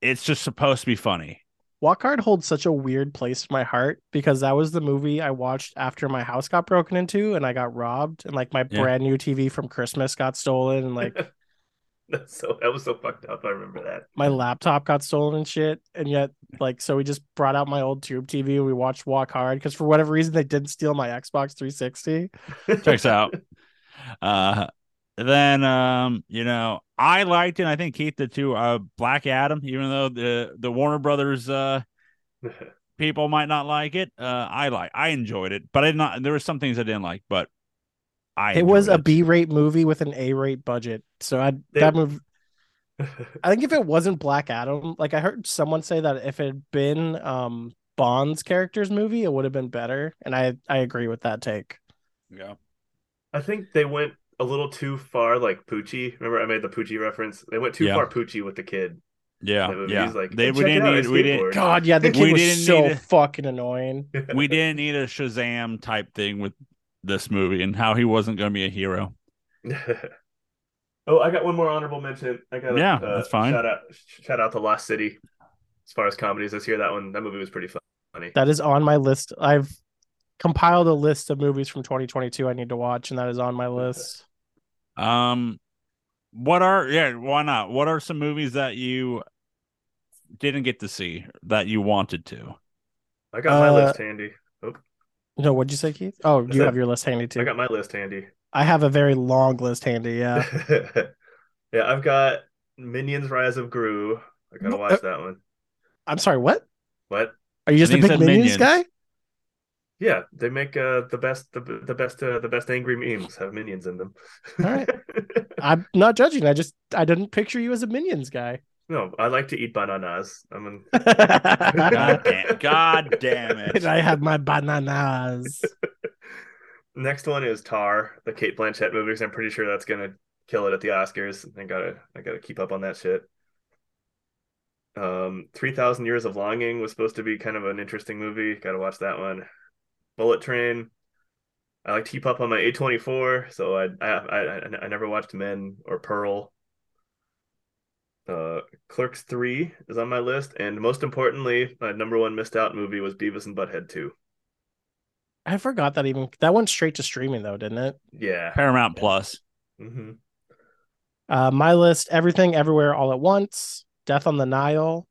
it's just supposed to be funny. Walk Hard holds such a weird place in my heart because that was the movie I watched after my house got broken into and I got robbed and like my Yeah. brand new TV from Christmas got stolen and like That's so that was so fucked up. I remember that. my laptop got stolen and shit. And yet, like, so we just brought out my old tube TV and we watched Walk Hard because for whatever reason they didn't steal my Xbox 360. Checks out. Uh, then um, you know, I liked it. and I think Keith did too. Uh, Black Adam, even though the the Warner Brothers uh people might not like it, uh, I like I enjoyed it, but I did not. There were some things I didn't like, but I it was a enjoyed it. B rate movie with an A rate budget. So I They- that movie. I think if it wasn't Black Adam, like I heard someone say that if it had been um Bond's character's movie, it would have been better. And I I agree with that take. Yeah. I think they went a little too far, like Poochie. Remember, I made the Poochie reference. They went too Yeah. far Poochie with the kid. That Yeah, movie's yeah. like, they "Hey, we check it didn't out, need I we didn't skateboard." God, yeah, the kid We was didn't so need it. fucking annoying. we didn't need a Shazam type thing with this movie and how he wasn't going to be a hero. oh, I got one more honorable mention. I got uh, Yeah, that's fine. Shout out, shout out to Lost City. As far as comedies this year, that one that movie was pretty funny. That is on my list. I've compiled a list of movies from 2022 I need to watch, and that is on my list. Um, what are yeah? Why not? What are some movies that you didn't get to see that you wanted to? I got my Uh, list handy. No, what'd you say, Keith? Oh, I you said- have your list handy I too. got my list handy. I have a very long list handy. Yeah. yeah, I've got Minions: Rise of Gru. I gotta What? watch that one. I'm sorry. What? What? Are you just a think he big said minions, Minions. guy? Yeah, they make uh, the best the, the best uh, the best angry memes have minions in them. All right. I'm not judging. I just I didn't picture you as a minions guy. no, I like to eat bananas. I'm an... and God damn! God damn it! I have my bananas. Next one is Tar, the Kate Blanchett movie. 'cause I'm pretty sure that's gonna kill it at the Oscars. I gotta, I gotta keep up on that shit. Um, Three Thousand Years of Longing was supposed to be kind of an interesting movie. Gotta watch that one. Bullet Train. I like to keep up on my A24, so I, I, I, I- I never watched Men or Pearl. Uh, Clerks Three is on my list, and most importantly, my number one missed out movie was Beavis and Butthead Two. I forgot that even that went straight to streaming though, didn't it? Yeah. Paramount Plus. hmm Uh, my list: Everything, Everywhere, All at Once, Death on the Nile,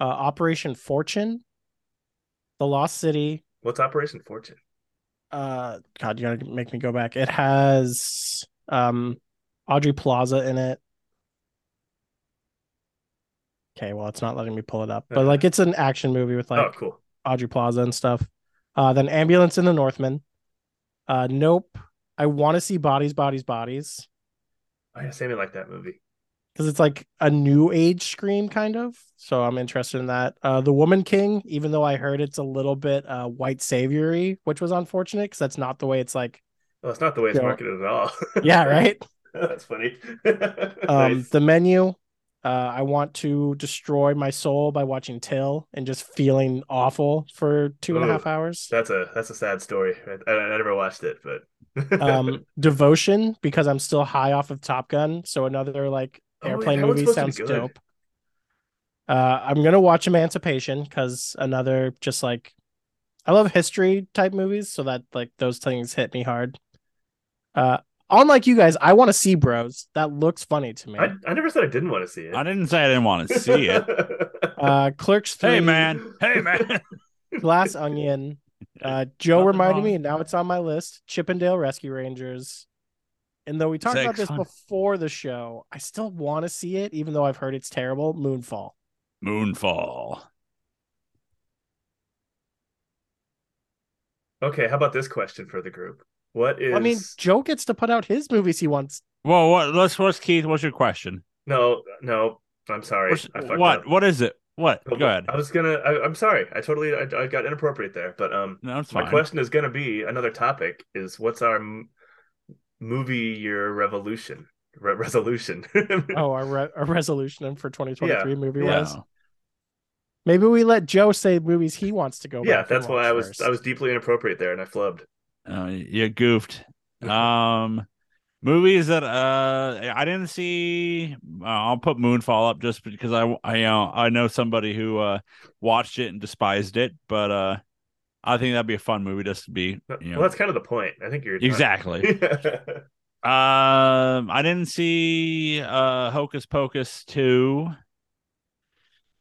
uh, Operation Fortune, The Lost City. What's Operation Fortune? Uh, God, you gotta make me go back. It has um, Audrey Plaza in it. Okay, well, it's not letting me pull it up, but like it's an action movie with like oh, cool. Audrey Plaza and stuff. Uh, then Ambulance and the Northman. Uh, nope. I want to see Bodies, Bodies, Bodies I just even like that movie. because it's like a new age scream kind of. So I'm interested in that. Uh, the Woman King, even though I heard it's a little bit uh, white saviory, which was unfortunate because that's not the way it's like. Well, it's not the way it's Yeah. marketed at all. Yeah, right. That's funny. um, Nice. the menu. Uh, I want to destroy my soul by watching Till and just feeling awful for two and a Ooh. half hours. That's a that's a sad story. I, I never watched it, but um devotion because i'm still high off of top gun so another like Oh, yeah, airplane that one's movie supposed sounds to be good. dope uh i'm gonna watch emancipation because another just like i love history type movies so that like those things hit me hard uh unlike you guys i want to see bros that looks funny to me I, I never said I didn't want to see it. I didn't say I didn't want to see it. uh clerks 3 hey man! Hey man! glass onion uh joe Nothing reminded wrong. me and now it's on my list chippendale rescue rangers and though we talked about this Excellent. before the show i still want to see it even though i've heard it's terrible moonfall Moonfall. okay, how about this question for the group? What is i mean joe gets to put out his movies he wants Well, what? Let's. What's Keith? What's your question? no no I'm sorry. What's- I fucked what? up. What is it? What? Go ahead. I was gonna. I, I'm sorry. I totally. I, I got inappropriate there. But um, No, it's my fine. question is gonna be another topic. Is what's our m- movie year revolution re- resolution? Oh, our, re- our resolution for 2023 movie Yeah. was maybe we let Joe say movies he wants to go. yeah, back and that's why watch I was. first. I was deeply inappropriate there, and I flubbed. Oh, you goofed. Um, movies that uh I didn't see. uh, I'll put Moonfall up just because I I uh, I know somebody who uh watched it and despised it, but uh I think that'd be a fun movie just to be you know Well, that's kind of the point. I think you're exactly. um, I didn't see uh Hocus Pocus two.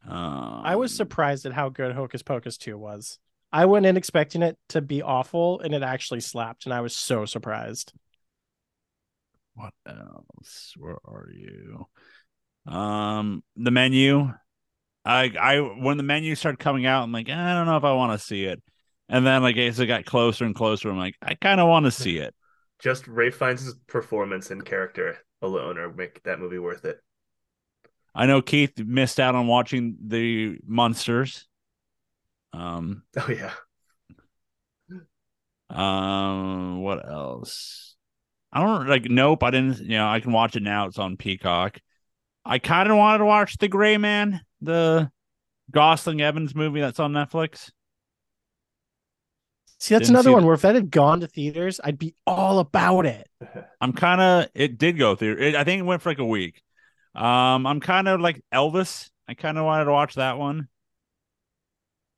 Um, I was surprised at how good Hocus Pocus 2 was. I went in expecting it to be awful and it actually slapped, and I was so surprised. What else? Where are you? Um, the menu. I I when the menu started coming out, I'm like, I don't know if I want to see it. And then like as it got closer and closer, I'm like, I kind of want to see it. Just Ray Fiennes' performance and character alone are make that movie worth it. I know Keith missed out on watching the monsters. Um, Oh yeah. um, what else? I don't like. Nope, I didn't. You know, I can watch it now. It's on Peacock. I kind of wanted to watch The Gray Man, the Gosling Evans movie that's on Netflix. See, Didn't that's see another one that. where if that had gone to theaters, I'd be all about it. I'm kind of it did go through. It, I think it went for like a week. Um, I'm kind of like Elvis. I kind of wanted to watch that one.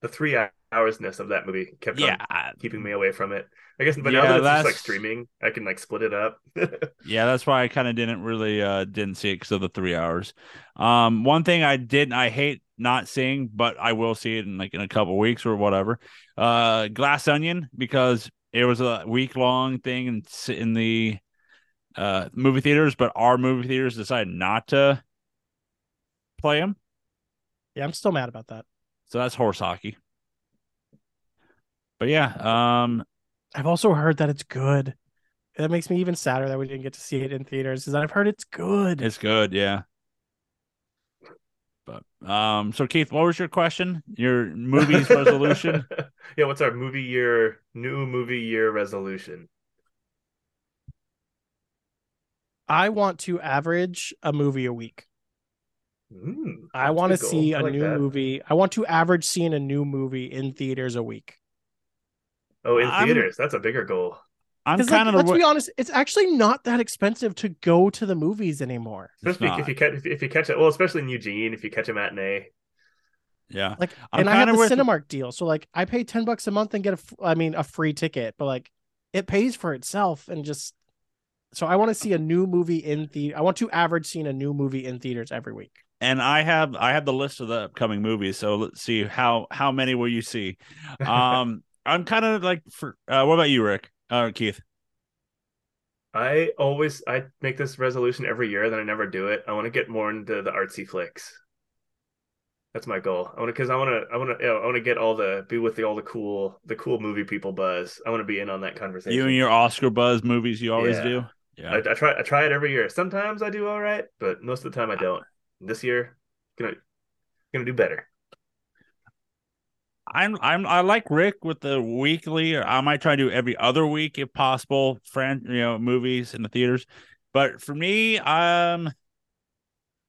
The three hoursness of that movie kept on Yeah, I- keeping me away from it. I guess, but Yeah, now that it's that's- just like streaming, I can like split it up. yeah. That's why I kind of didn't really uh didn't see it because of the three hours. Um, one thing I did I hate not seeing, but I will see it in like in a couple weeks or whatever. Uh, Glass Onion because it was a week long thing in s- in the uh movie theaters, but our movie theaters decided not to play them. Yeah, I'm still mad about that. So that's horse hockey. But yeah, um, I've also heard that it's good. That makes me even sadder that we didn't get to see it in theaters because I've heard it's good. it's good, yeah. But um, so Keith, what was your question? Your movies resolution? yeah, what's our movie year new movie year resolution? I want to average a movie a week. Mm, I that's want to good goal. see I a like new that. movie. I want to average seeing a new movie in theaters a week. Oh, in I'm- theaters, that's a bigger goal. I'm 'Cause, like, kind of let's the be way. honest, it's actually not that expensive to go to the movies anymore. It's Especially not. if you catch if, you catch it, well, especially in Eugene, if you catch a matinee. Yeah, Like, I'm and I have kinda the with- Cinemark deal, so like I pay ten bucks a month and get a, f- I mean, a free ticket, but like it pays for itself and just. So I want to see a new movie in the. I want to average seeing a new movie in theaters every week. and I have I have the list of the upcoming movies. So let's see how how many will you see. Um, I'm kind of like for uh, what about you, Rick? Uh, Keith. I always I make this resolution every year, then I never do it. I want to get more into the artsy flicks. That's my goal. I want to because I want to I want to you know, I want to get all the be with the all the cool the cool movie people buzz. I want to be in on that conversation. You and your Oscar buzz movies you always Yeah. do. I, Yeah, I try I try it every year. Sometimes I do all right, but most of the time I don't. This year, gonna gonna do better. I'm I'm I like Rick with the weekly. Or I might try to do every other week if possible. Friend, you know, movies in the theaters. But for me, um,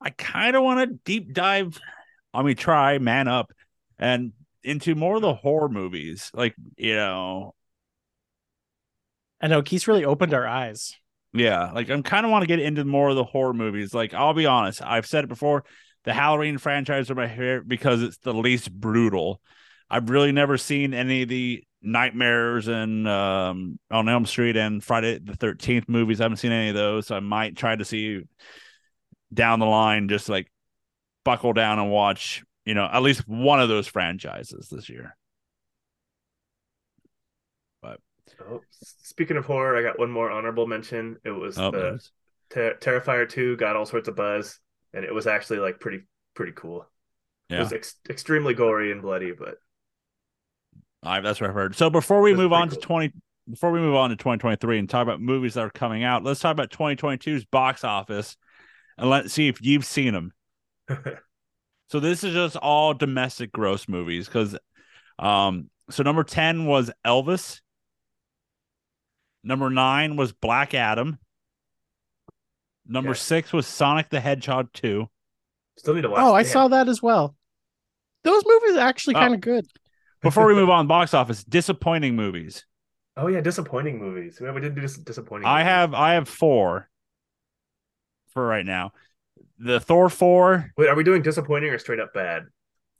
I kind of want to deep dive. I mean, try man up and into more of the horror movies. Like you know, I know Keith's really opened our eyes. yeah. Like I'm kind of want to get into more of the horror movies. Like I'll be honest, I've said it before. The Halloween franchise are my favorite because it's the least brutal. I've really never seen any of the nightmares and um, on Elm Street and Friday the Thirteenth movies. I haven't seen any of those, so I might try to see down the line, just like buckle down and watch, you know, at least one of those franchises this year. Oh, speaking of horror, I got one more honorable mention. It was Oh, the there's- Ter- Terrifier 2 got all sorts of buzz, and it was actually like pretty pretty cool. It was Yeah. ex- extremely gory and bloody, but I, that's what I've heard. So before we That's move pretty on to cool. twenty, before we move on to twenty twenty three and talk about movies that are coming out, let's talk about 2022's box office and let's see if you've seen them. So this is just all domestic gross movies because um so number 10 was Elvis. Number 9 was Black Adam. Number Okay. 6 was Sonic the Hedgehog 2. Still need to watch. Oh, I damn. saw that as well. Those movies are actually Oh. kind of good. Before we move on box office, disappointing movies. Oh yeah, disappointing movies. Yeah, we did do dis- disappointing. I movies. have I have 4 for right now. The Thor 4 Wait, are we doing disappointing or straight up bad?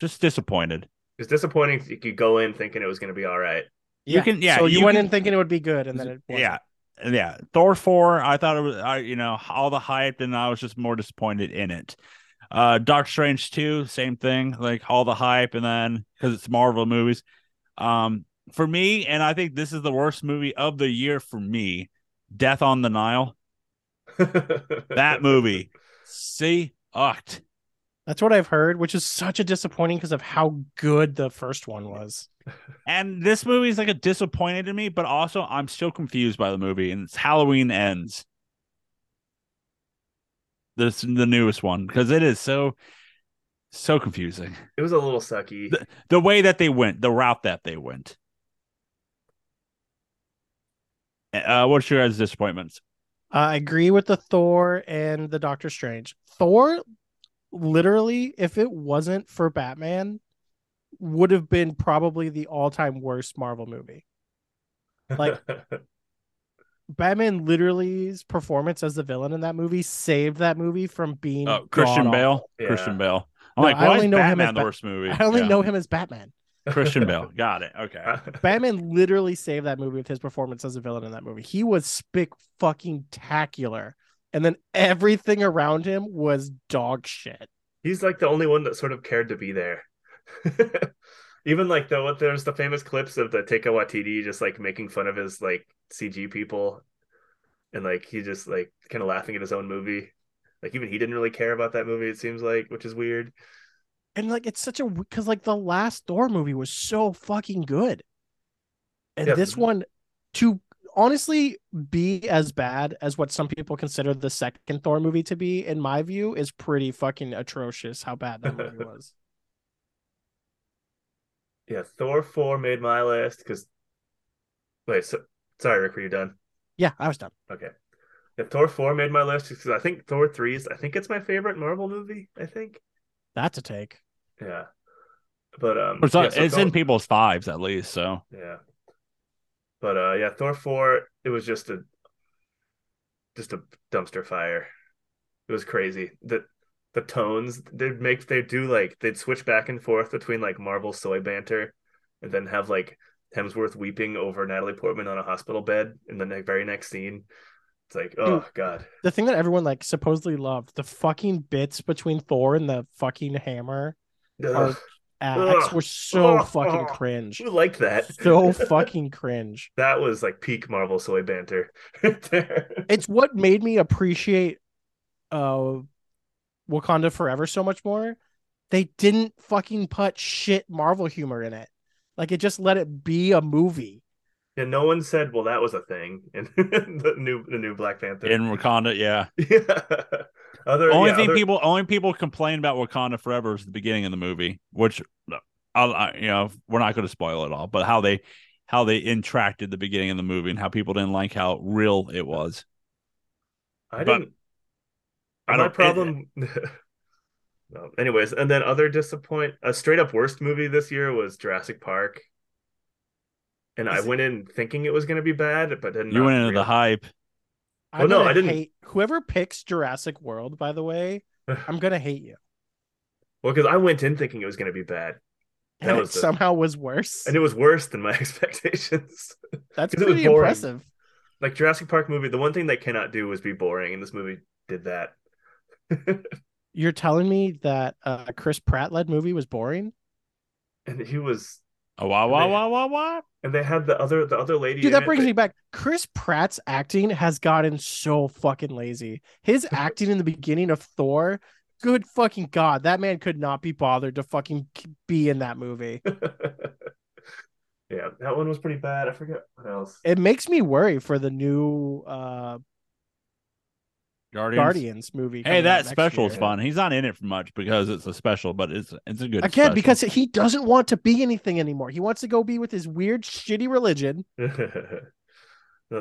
just disappointed. It's disappointing. You could go in thinking it was going to be all right. You can- yeah, So you, you went can- in thinking it would be good, and then it wasn't. Yeah. Yeah. Thor 4, I thought it was, I, you know, all the hype, and I was just more disappointed in it. Uh, Dark Strange 2, same thing, like all the hype, and then because it's Marvel movies. Um, for me, and I think this is the worst movie of the year for me Death on the Nile. That movie, sucked. That's what I've heard, which is such a disappointing because of how good the first one was. And this movie is like a disappointed to me, but also I'm still confused by the movie. And it's Halloween ends. This the newest one because it is so so confusing. It was a little sucky. The- The way that they went, the route that they went. Uh, what's your guys' disappointments? I agree with the Thor and the Doctor Strange. Thor, literally, if it wasn't for Batman, would have been probably the all-time worst Marvel movie. like- Batman literally's performance as the villain in that movie saved that movie from being Oh, Christian god-awful. Bale. Yeah. Christian Bale. I'm No, like, I why only is know him as Batman the Bat- worst movie? I only Yeah. know him as Batman. Christian Bale. Got it. Okay. Batman literally saved that movie with his performance as a villain in that movie. He was spick fucking tacular. And then everything around him was dog shit. He's like the only one that sort of cared to be there. Even like the what there's the famous clips of the Taika Waititi just like making fun of his like CG people, and like he just like kind of laughing at his own movie. Like even he didn't really care about that movie. It seems like, which is weird. And like it's such a because like the last Thor movie was so fucking good. And Yeah. this one to honestly be as bad as what some people consider the second Thor movie to be, in my view, is pretty fucking atrocious how bad that movie was. Yeah, Thor four made my list because. Wait, so, sorry, Rick, were you done? Yeah, I was done. Okay. Yeah, Thor four made my list because I think Thor three is I think it's my favorite Marvel movie. I think. That's a take. Yeah. But um, It's, not- yeah, so it's Thor- in people's fives at least. So Yeah. But uh yeah, Thor 4, it was just a just a dumpster fire. It was crazy. The the tones they'd make they do like they'd switch back and forth between like Marvel soy banter and then have like Hemsworth weeping over Natalie Portman on a hospital bed in the ne- very next scene. It's like, oh god. the thing that everyone like supposedly loved the fucking bits between thor and the fucking hammer Ugh. axe Ugh. were so Ugh. fucking Ugh. cringe Who liked that? so fucking cringe that was like peak Marvel soy banter right there. it's what made me appreciate uh wakanda forever so much more they didn't fucking put shit marvel humor in it like it just let it be a movie And no one said, "Well, that was a thing." And the new, the new Black Panther. in Wakanda, yeah. yeah. Other only yeah, thing other- people only people complain about Wakanda Forever is the beginning of the movie, which I'll, I, you know we're not going to spoil it all, but how they how they interacted the beginning of the movie and how people didn't like how real it was. I but- didn't. I my don't- it- problem. no, anyways, and then other disappoint. A straight up worst movie this year was Jurassic Park. And I Is it- went in thinking it was going to be bad, but then You went into the hype. i'm Well, Oh, no, gonna I didn't- hate whoever picks jurassic world by the way i'm gonna hate you well because I went in thinking it was going to be bad, and That it was the- somehow was worse and it was worse than my expectations. that's 'cause it was pretty boring. impressive like Jurassic Park movie, the one thing they cannot do was be boring, and this movie did that. You're telling me that uh, a Chris Pratt led movie was boring? and he was Oh, wah wah wah wah wah. and they had the other the other lady Dude, in that it brings me back. Chris Pratt's acting has gotten so fucking lazy. His acting in the beginning of Thor, good fucking god, that man could not be bothered to fucking be in that movie. yeah that one was pretty bad i forget what else It makes me worry for the new uh Guardians. Guardians movie. Hey, coming out that next special's year. fun. He's not in it for much because it's a special, but it's it's a good Again, special. because he doesn't want to be anything anymore. He wants to go be with his weird, shitty religion. The-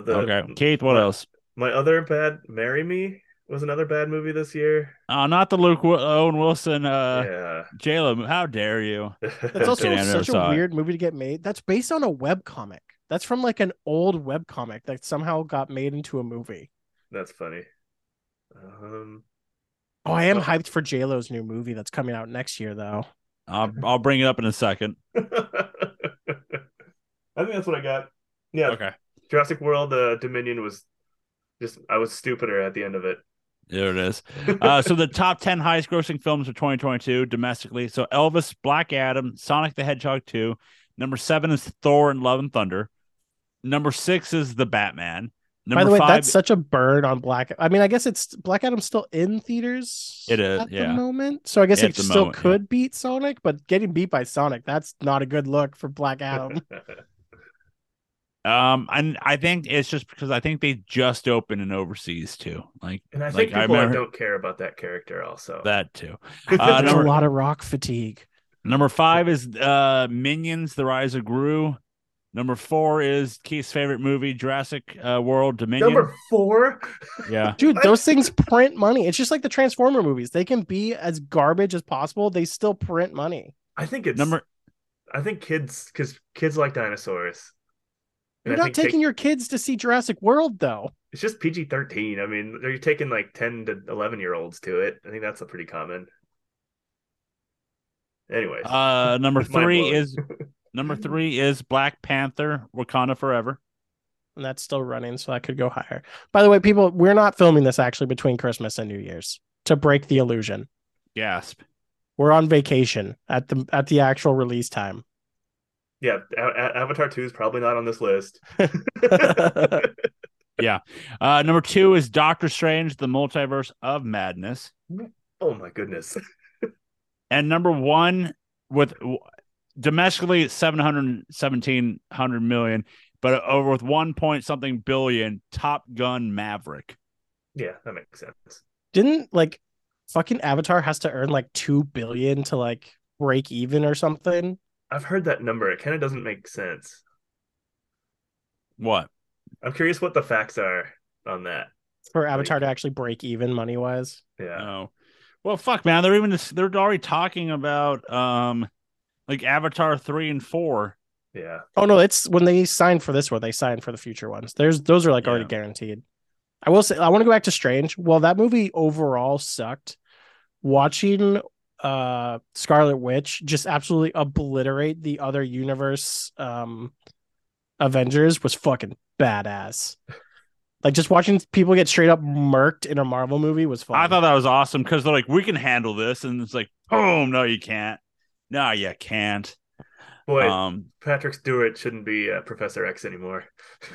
the- okay, Keith, what else? My other bad, Marry Me, was another bad movie this year. Uh, not the Luke Wi- Owen Wilson, uh, Jalen. How dare you? yeah. That's also kidding, I never such a saw it. weird movie to get made. That's based on a web comic. That's from like an old web comic that somehow got made into a movie. That's funny. Um, Oh, I am Oh. hyped for JLo's new movie that's coming out next year, though. I'll, I'll bring it up in a second. I think that's what I got. Yeah, Okay, Jurassic World uh, Dominion was just I was stupider at the end of it. there it is. Uh, so the top ten highest-grossing films of 2022 domestically. So Elvis, Black Adam, Sonic the Hedgehog 2. Number seven is Thor and Love and Thunder. Number six is The Batman. Number By the way, five, that's such a burn on Black. I mean, I guess it's Black Adam's still in theaters. It is, at yeah. the moment. So I guess At it the still moment, yeah. could beat Sonic, but getting beat by Sonic, that's not a good look for Black Adam. Um, and I think it's just because I think they just opened in overseas too, like and I Like, think I people remember- don't care about that character. Also, that too. Uh, There's number a lot of rock fatigue. number five is uh Minions: The Rise of Gru. Number four is Keith's favorite movie, Jurassic uh, World Dominion. number four. yeah, Dude, I- those things print money. It's just like the Transformer movies. They can be as garbage as possible. They still print money. I think it's number I think kids because kids like dinosaurs. And You're I not think take- taking your kids to see Jurassic World though. It's just PG thirteen. I mean, you're taking like ten to eleven year olds to it. I think that's a pretty common. Anyways, uh number It's mind three blowing. is number three is Black Panther: Wakanda Forever. And that's still running, so that could go higher. By the way, people, we're not filming this actually between Christmas and New Year's to break the illusion. Gasp! We're on vacation at the at the actual release time. yeah, A- A- Avatar two is probably not on this list. Uh, number two is Doctor Strange: The Multiverse of Madness. oh my goodness. and number one with w- domestically it's 717 million but over with one point something billion top gun maverick Yeah, that makes sense. Didn't like fucking Avatar has to earn like two billion to like break even or something? I've heard that number. It kind of doesn't make sense. what I'm curious what the facts are on that. For Avatar to actually break even money wise. Yeah. oh well fuck man they're even they're already talking about um like avatar 3 and 4 Yeah. Oh no, it's when they sign for this one, they sign for the future ones. There's those are like already Yeah. guaranteed. I will say I want to go back to Strange. Well, that movie overall sucked. Watching uh Scarlet Witch just absolutely obliterate the other universe um Avengers was fucking badass. Like just watching people get straight up murked in a Marvel movie was fun. i thought that was awesome because they're like we can handle this and it's like boom no you can't no you can't Boy, um Patrick Stewart shouldn't be uh, Professor X anymore.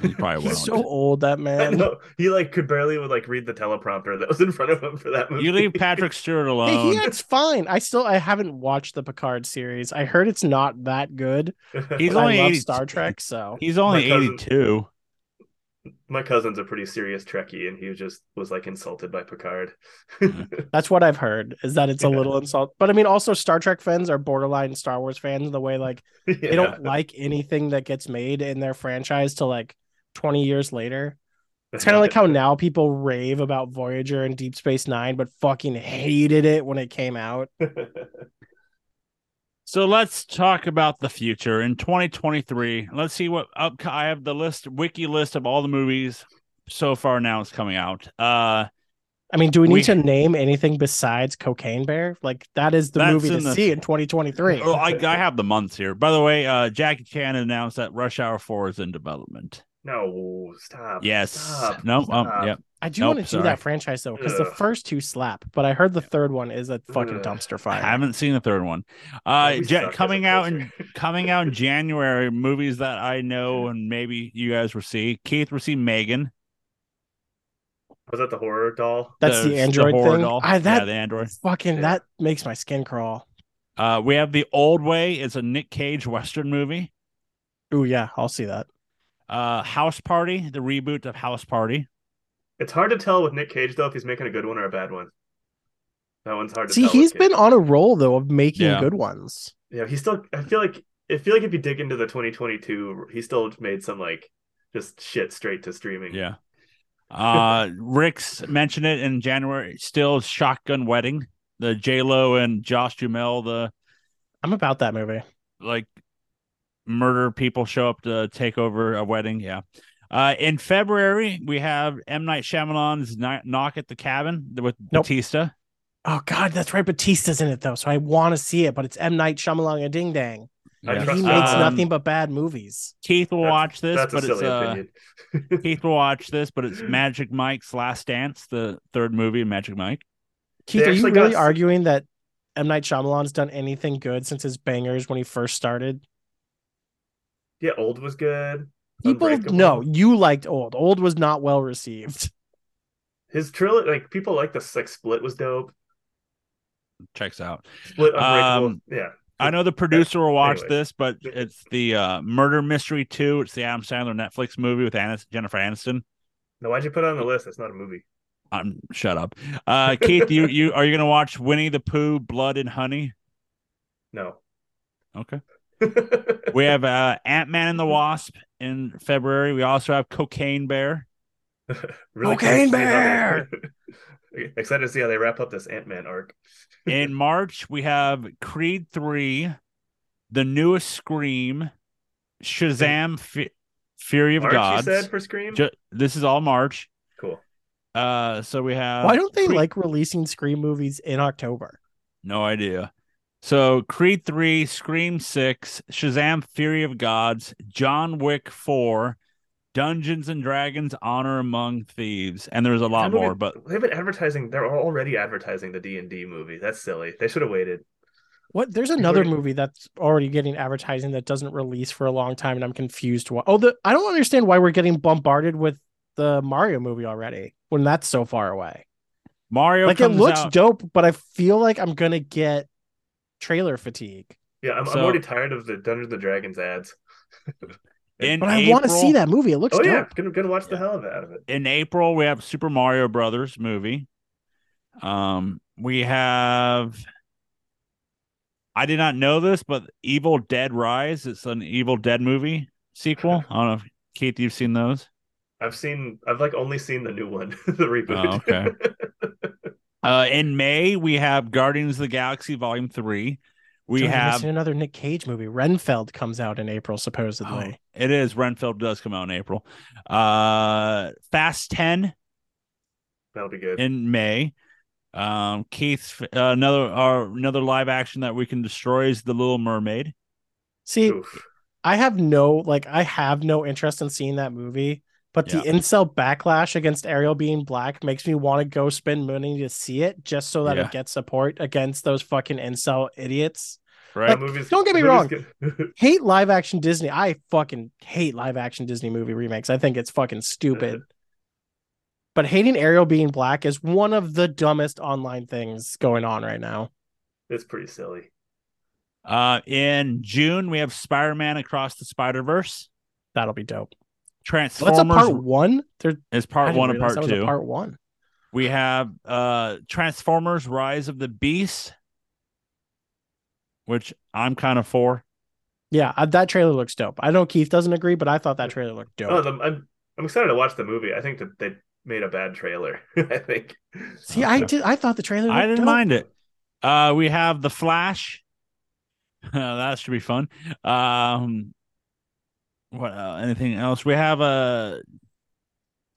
you probably won't he's so old that I man. know. He like could barely would like read the teleprompter that was in front of him for that movie. you leave patrick stewart Hey, alone he acts fine. I still I haven't watched the Picard series. I heard it's not that good. He's but only I love 80 Star Trek, so he's only My cousin- 82 My cousin's a pretty serious Trekkie, and he was just was like insulted by Picard. that's what I've heard. Is that it's a Yeah. little insult, but I mean, also Star Trek fans are borderline Star Wars fans. The way like Yeah. they don't like anything that gets made in their franchise till like twenty years later. It's kind of like how now people rave about Voyager and Deep Space Nine, but fucking hated it when it came out. So let's talk about the future in 2023. Let's see what up. I have the list, wiki list of all the movies so far now is coming out. Uh, I mean, do we need We- to name anything besides Cocaine Bear? Like that is the That's movie to in the- see in twenty twenty three. oh, I, I have the months here. By the way, uh, Jackie Chan announced that Rush Hour 4 is in development. no, stop. Yes. Stop. no. Um, Stop. yep. I do Nope, want to do sorry. that franchise though, because the Ugh. first two slap, but I heard the third one is a fucking Ugh. dumpster I fire. haven't seen the third one. Uh, We Ja- suck as a coming out in culture. coming out in January. Movies that I know and maybe you guys will see. Keith will see Megan. Was that the horror doll? That's the Android horror thing? doll. I- that- yeah, the Android. Fucking Yeah. that makes my skin crawl. Uh, we have the Old Way. It's a Nick Cage Western movie. Ooh yeah, I'll see that. uh house party the reboot of house party It's hard to tell with Nick Cage though if he's making a good one or a bad one. That one's hard to See, tell with he's been Cage. on a roll though of making Yeah. good ones. Yeah, he's still. I feel like I feel like if you dig into the 2022, he still made some like just shit straight to streaming. Yeah. Uh Rick's mentioned it in January. Still shotgun wedding. The J Lo and Josh Jumel, the I'm about that movie. like murder people show up to take over a wedding. Yeah. Uh, in February, we have M. Night Shyamalan's Kno- Knock at the Cabin with Nope. Batista. Oh God, that's right. Batista's in it though, so I want to see it. But it's M Night Shyamalan and Ding Dang. I And trust he him. makes Um, nothing but bad movies. Keith will That's- watch this, That's a but it's silly uh, opinion. Keith will watch this, but it's Magic Mike's Last Dance, the third movie of Magic Mike. Keith, are you actually got really s- arguing that M Night Shyamalan's done anything good since his bangers when he first started? Yeah, old was good. People, Unbreakable. no, you liked Old. Old was not well received. His trilogy, like people like this, like Split was dope. Checks out. Split Unbreakable. Um, yeah, I know the producer will watch Anyways. this, but it's the uh, Murder Mystery Two. It's the Adam Sandler Netflix movie with Anis- Jennifer Aniston. now why'd you put it on the list? That's not a movie. I'm shut up. Uh, Keith, you you are you gonna watch Winnie the Pooh, Blood and Honey? No. Okay. We have uh, Ant Man and the Wasp in February. We also have Cocaine Bear. really Cocaine excited to see how they- Excited to see how they wrap up this Ant Man arc. In March, we have Creed Three, the newest Scream, Shazam, Fu- Fury of March, you Gods. said for Scream. Ju- this is all March. cool. Uh, so we have Why don't they Creed- like releasing Scream movies in October? No idea. So Creed 3, Scream 6, Shazam Fury of Gods, John Wick 4, Dungeons and Dragons Honor Among Thieves. And there's a lot That movie- more, but they've been advertising. They're already advertising the D and D movie. That's silly. They should have waited. What? There's People another are- movie that's already getting advertising that doesn't release for a long time, and I'm confused. Why? Oh, the I don't understand why we're getting bombarded with the Mario movie already when that's so far away. Mario Like it comes looks out- dope, but I feel like I'm gonna get trailer fatigue. Yeah, I'm, So- I'm already tired of the Dungeons and Dragons ads. in But I want to see April- that movie. It looks oh dope. yeah, gonna gonna watch the Yeah. hell of- out of it. In April, we have Super Mario Brothers movie. Um, we have I did not know this, but Evil Dead Rise. It's an Evil Dead movie sequel. I don't know if Keith, you've seen those. I've seen. I've like only seen the new one, the reboot. Oh, okay. Uh, in May, we have Guardians of the Galaxy Volume 3. We Dude, I've have, seen another Nick Cage movie. Renfeld comes out in April, supposedly. Oh, it is Renfield does come out in April. Uh, Fast 10 That'll be good. in May. Um, Keith's uh, another our, another live action that we can destroy is The Little Mermaid. See, Oof. I have no like I have no interest in seeing that movie, but the incel backlash against Ariel being black makes me want to go spend money to see it just so that Yeah. it gets support against those fucking incel idiots. Right? Like, The movie's- don't get me the movie's good. Hate live action Disney. I fucking hate live action Disney movie remakes. I think it's fucking stupid. But hating Ariel being black is one of the dumbest online things going on right now. it's pretty silly. uh, in June, we have Spider Man Across the Spider Verse. That'll be dope. So Transformers that's a part one. There, is I part didn't one and realize part that was a two. Part one. we have uh, Transformers Rise of the Beast, which I'm kind of for. Yeah, uh, that trailer looks dope. I know Keith doesn't agree, but I thought that trailer looked Oh, dope. the, I'm I'm excited to watch the movie. I think that they made a bad trailer. I think. See, I okay. did. I thought the trailer. Looked I didn't dope. mind it. Uh, we have the Flash. Uh, that should be fun. Um, what uh, anything else? We have Uh,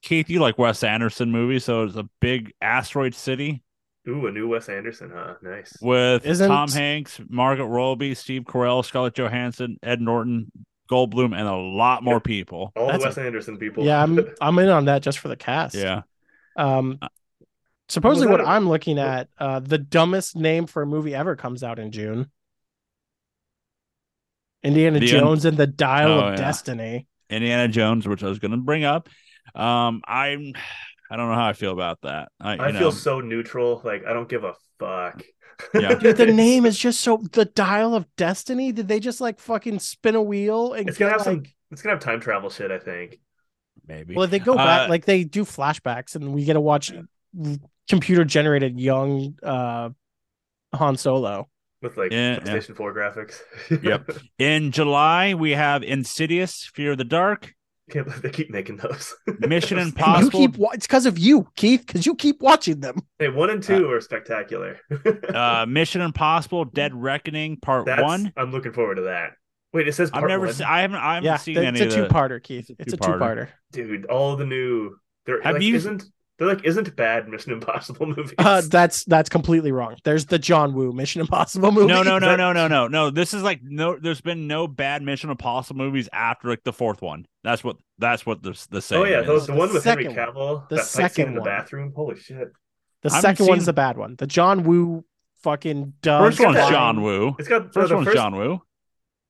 Keith, you like Wes Anderson movies, so it's a big asteroid city Ooh, a new Wes Anderson, huh? Nice. with Isn't- Tom Hanks, Margaret Robbie, Steve Carell, Scarlett Johansson, Ed Norton, Goldblum, and a lot more people. All the That's a- Wes Anderson people. Yeah, I'm. I'm in on that just for the cast. Yeah, Um. Uh, Supposedly, was what that a- I'm oh. looking at, uh, the dumbest name for a movie ever comes out in June. Indiana The un- Jones and the Dial Oh, of yeah. Destiny. Indiana Jones, which I was going to bring up. Um, I'm. I don't know how I feel about that. I, you I know, feel so neutral. Like I don't give a fuck. Yeah. Dude, the name is just so. The Dial of Destiny. Did they just like fucking spin a wheel and It's gonna get, have some. like- It's gonna have time travel shit. I think. Maybe. Well, they go back Uh, like they do flashbacks, and we get to watch computer generated young uh Han Solo. with like Yeah, yeah. PlayStation 4 graphics. Yep. In July, we have Insidious, Fear of the Dark, Can't believe they keep making those. Mission Those- You Impossible. keep wa- it's because of you, Keith, because you keep watching them. Hey, one and two are spectacular. uh, Mission Impossible, Dead Reckoning, Part That's, One. I'm looking forward to that. Wait, it says part I've never, one. se- I haven't, I haven't yeah, seen it's any a of two the. parter, Keith. it's a It's a two two-parter. parter. Dude, all the new. There, Have like, you- isn't there like isn't bad Mission Impossible movies? Uh, that's that's completely wrong. There's the John Woo Mission Impossible movie. No, no, no, that- no, no, no, no. This is like no. There's been no bad Mission Impossible movies after like the fourth one. That's what. That's what the the saying. oh yeah, is. those, the The one with Henry second one. Cavill. The that fight scene second in the one. bathroom. Holy shit! The I haven't second seen- one's the bad one. The John Woo fucking dumb. First one's flying- John Woo. It's got First no, the one's first, John Woo.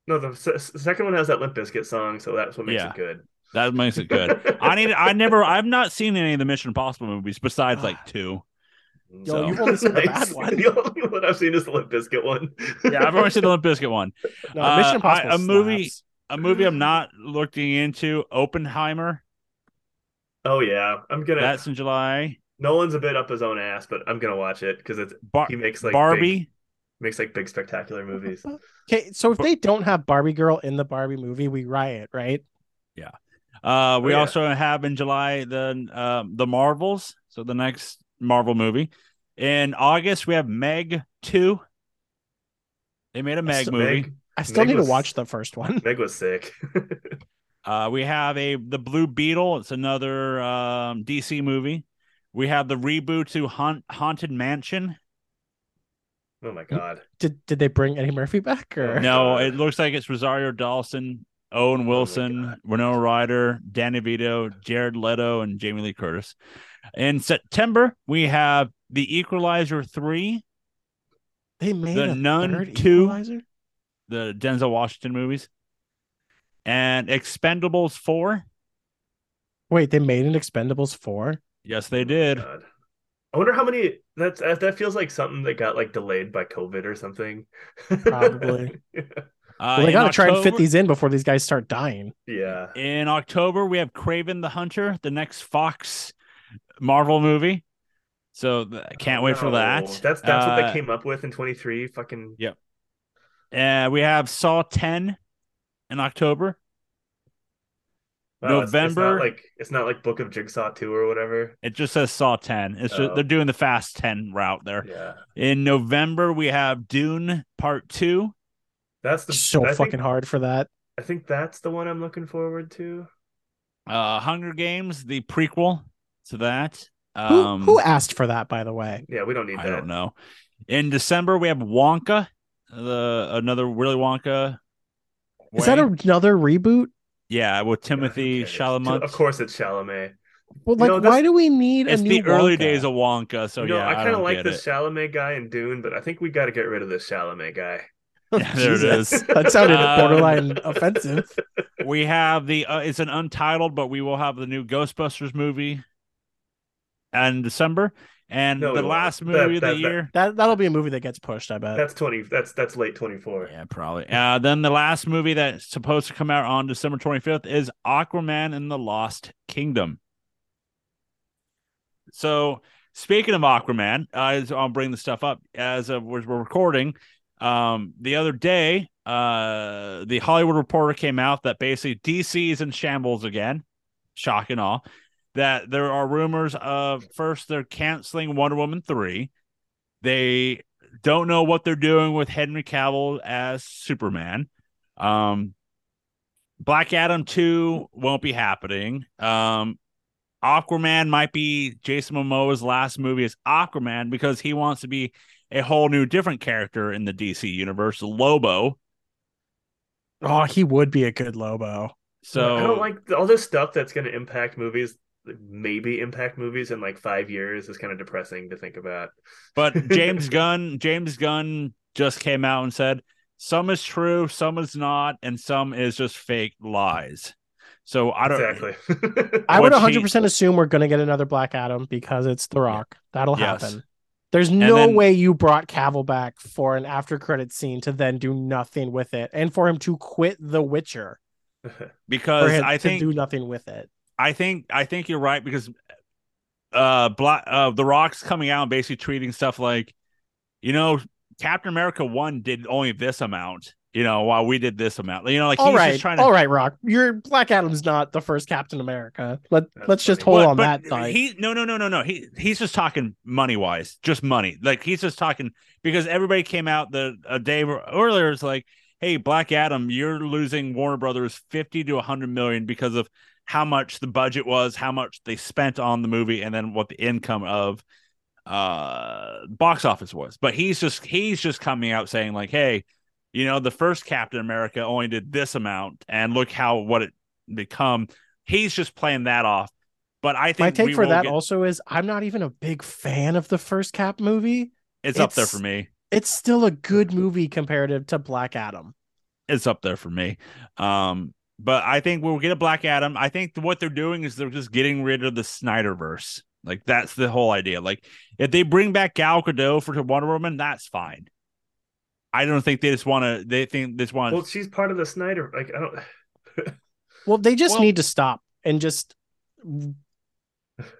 No, the se- se- second one has that Limp Bizkit song, so that's what makes Yeah. it good. That makes it good. I need. I never. I've not seen any of the Mission Impossible movies besides like two. Yo, So- you've only seen the bad Nice. one. The only one I've seen is the Limp Bizkit one. Yeah, I've only seen the Limp Bizkit one. No, Uh, I- Mission Impossible. a movie- slaps. A movie I'm not looking into. Oppenheimer. Oh yeah, I'm gonna. That's in July. Nolan's a bit up his own ass, but I'm gonna watch it because it's Bar- he makes like big, Barbie. makes like big spectacular movies. Okay, so if they don't have Barbie Girl in the Barbie movie, we riot, right? Uh, we Oh, yeah. also have in July the um, the Marvels, so the next Marvel movie. In August, we have Meg two. They made a Meg still- movie. Meg, I still Meg need was- to watch the first one. Meg was sick. Uh, we have a the Blue Beetle. It's another um, DC movie. We have the reboot to Haunt, Haunted Mansion. oh my god. Did did they bring Eddie Murphy back or No, God. it looks like it's Rosario Dawson, Oh Owen Wilson, God. Winona Ryder, Danny Vito, Jared Leto, and Jamie Lee Curtis. In September, we have The Equalizer 3, they made The a Nun third 2. Equalizer? the Denzel Washington movies, and Expendables 4. Wait, they made an Expendables four. Yes, they Oh my did. God. I wonder how many. That's that that feels like something that got like delayed by COVID or something. Probably. Uh, Well, they in gotta try and fit October- these in before these guys start dying. yeah. In October, we have Craven the Hunter, the next Fox Marvel movie. So th- I can't wait for No. that. That's that's what Uh, they came up with in 23. Fucking Yeah. Uh, we have Saw 10 in October. wow, it's- It's, November. not like it's not like Book of Jigsaw 2 or whatever. It just says Saw 10. It's just, Oh. they're doing the fast 10 route there. Yeah. In November, we have Dune Part 2. That's the So I fucking Think, hard for that. I think that's the one I'm looking forward to. Uh, Hunger Games, the prequel to that. Who, Um, who asked for that, by the way? Yeah, we don't need I that. don't know. In December, we have Wonka, the another Willy Wonka. Is that way. another reboot? Yeah, with Yeah, who Timothy cares? Chalamet. Of course, it's Chalamet. Well, You like, know, why that's- do we need a it's new the early Wonka? days of Wonka, so you know, yeah, I I kind of don't like get this it. Chalamet guy in Dune, but I think we got to get rid of this Chalamet guy. Yeah, there it Jesus. is. That sounded Uh, borderline offensive. We have the uh, it's an untitled, but we will have the new Ghostbusters movie in December, and No, the we won't. last That- movie of that- the that- year. That that'll be a movie that gets pushed. I bet. That's 20. That's that's late 24. Yeah, probably. Uh, then the last movie that's supposed to come out on December 25th is Aquaman and the Lost Kingdom. So, speaking of Aquaman, uh, so I'll bring the stuff up as of as we're recording. Um, the other day, uh, the Hollywood Reporter came out that basically DC is in shambles again. Shock and awe. That there are rumors of first they're canceling Wonder Woman 3. They don't know what they're doing with Henry Cavill as Superman. Um, Black Adam 2 won't be happening. Um, Aquaman might be Jason Momoa's last movie as Aquaman because he wants to be a whole new different character in the DC universe, Lobo. Oh, he would be a good Lobo. So I don't like all this stuff that's going to impact movies, like, maybe impact movies in like five years is kind of depressing to think about. But James Gunn, James Gunn just came out and said some is true, some is not, and some is just fake lies. So I don't exactly. I What would she- 100 percent assume we're going to get another Black Adam because it's The Rock. That'll Yes. happen. There's no then- way you brought Cavill back for an after credit scene to then do nothing with it, and for him to quit The Witcher because for him I to think do nothing with it. I think I think you're right because uh Black uh The Rock's coming out and basically treating stuff like, you know, Captain America one did only this amount, you know, while we did this amount. You know, like all he's right, just trying to all right, Rock. Your Black Adam's not the first Captain America. Let That's let's just hold funny. What? on But that thought. He no no no no no. He he's just talking money wise, just money. Like he's just talking because everybody came out the a day earlier. It's like, hey, Black Adam, you're losing Warner Brothers fifty to hundred million because of how much the budget was, how much they spent on the movie, and then what the income of uh box office was. But he's just he's just coming out saying like, hey, you know, the first Captain America only did this amount, and look how what it become. He's just playing that off. But I think My take we for will that get- also is I'm not even a big fan of the first Cap movie. it's up there it's- for me. It's still a good movie comparative to Black Adam. It's up there for me. Um, but I think we'll get a Black Adam. I think what they're doing is they're just getting rid of the Snyderverse. Like that's the whole idea. Like if they bring back Gal Gadot for Wonder Woman, that's fine. I don't think they just want to. They think they just want. Well, she's part of the Snyder. Like I don't. Well, they just Well- need to stop and just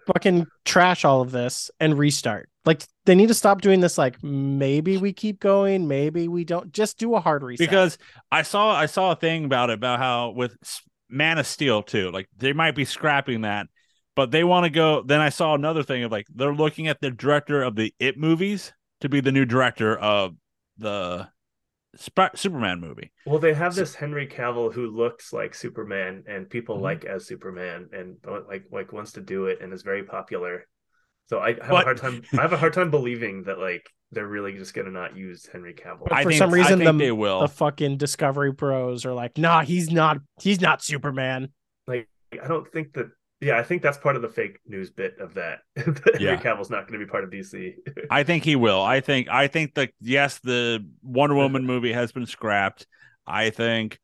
fucking trash all of this and restart. Like they need to stop doing this. Like maybe we keep going, maybe we don't. Just do a hard reset. because I saw I saw a thing about it about how with S- Man of Steel too, like they might be scrapping that, but they want to go. Then I saw another thing of like they're looking at the director of the It movies to be the new director of the Sp- Superman movie. Well, they have So- this Henry Cavill who looks like Superman and people like as Superman and like like wants to do it and is very popular. So I have a But- hard time. I have a hard time believing that like they're really just gonna not use Henry Cavill. I for think, some I reason, think the- they will. the fucking Discovery Bros are like, nah, he's not. He's not Superman. I don't think that. Yeah, I think that's part of the fake news bit of that. that Henry Yeah. Cavill's not going to be part of DC. I think he will. I think I think that yes, the Wonder Woman movie has been scrapped. I think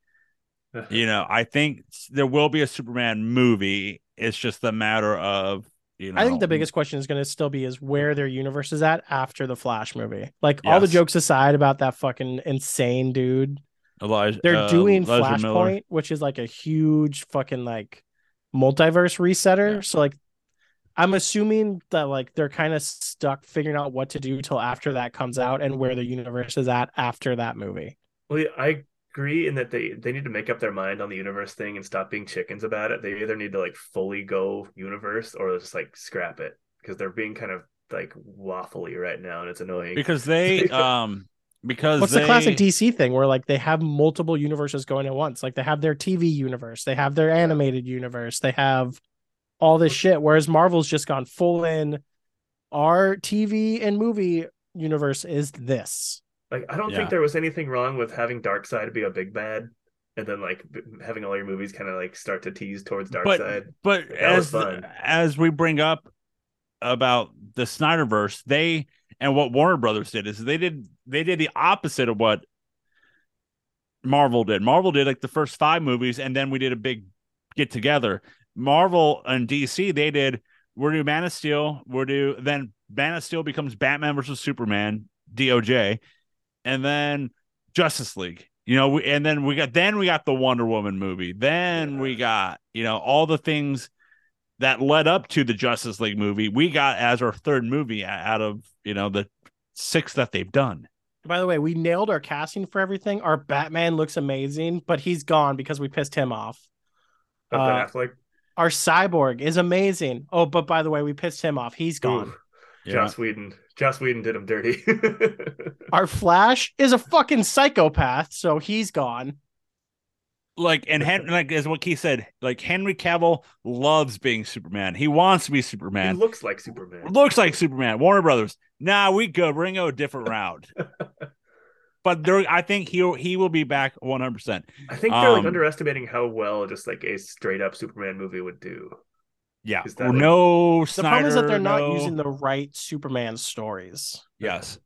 you know, I think s- there will be a Superman movie. It's just a matter of you know. I think the biggest question is going to still be is where their universe is at after the Flash movie. Like all the Yes. jokes aside about that fucking insane dude, Elijah, they're uh, doing Elijah Miller. Flashpoint, which is like a huge fucking like multiverse resetter. Yeah. So like, I'm assuming that like they're kind of stuck figuring out what to do till after that comes out and where the universe is at after that movie. Well, yeah, I agree in that they they need to make up their mind on the universe thing and stop being chickens about it. They either need to like fully go universe or just like scrap it because they're being kind of like waffly right now and it's annoying. because they um because What's they, the classic DC thing where like they have multiple universes going at once? Like they have their TV universe, they have their animated universe, they have all this shit. Whereas Marvel's just gone full in. Our TV and movie universe is this. like I don't Yeah. think there was anything wrong with having Darkseid be a big bad and then like b- having all your movies kind of like start to tease towards but Darkseid. but That was as the- fun. as we bring up about the Snyderverse, they and what Warner Brothers did is they did they did the opposite of what Marvel did. Marvel did like the first five movies, and then we did a big get together. Marvel and DC, they did we're do Man of Steel, we're do then Man of Steel becomes Batman versus Superman, DOJ, and then Justice League. You know, we, and then we got then we got the Wonder Woman movie. Then we got, you know, all the things that led up to the Justice League movie. We got as our third movie o- out of, you know, the six that they've done. By the way, we nailed our casting for everything. Our Batman looks amazing, but he's gone because we pissed him off. But uh, Ben Affleck, Our cyborg is amazing. Oh, but by the way, we pissed him off. He's gone. ooh, Joss Whedon, Joss Whedon did him dirty. Our Flash is a fucking psychopath, so he's gone. Like and Hen- like as what Keith said, like Henry Cavill loves being Superman. He wants to be he Superman. looks like Superman. looks like Superman. Warner Brothers. Nah, we good. We're gonna go a different route. but there, I think he will he will be back one hundred percent. I think they're like Um, underestimating how well just like a straight up Superman movie would do. Yeah, Is that no The Snyder. problem is that they're not no- using the right Superman stories. Yes,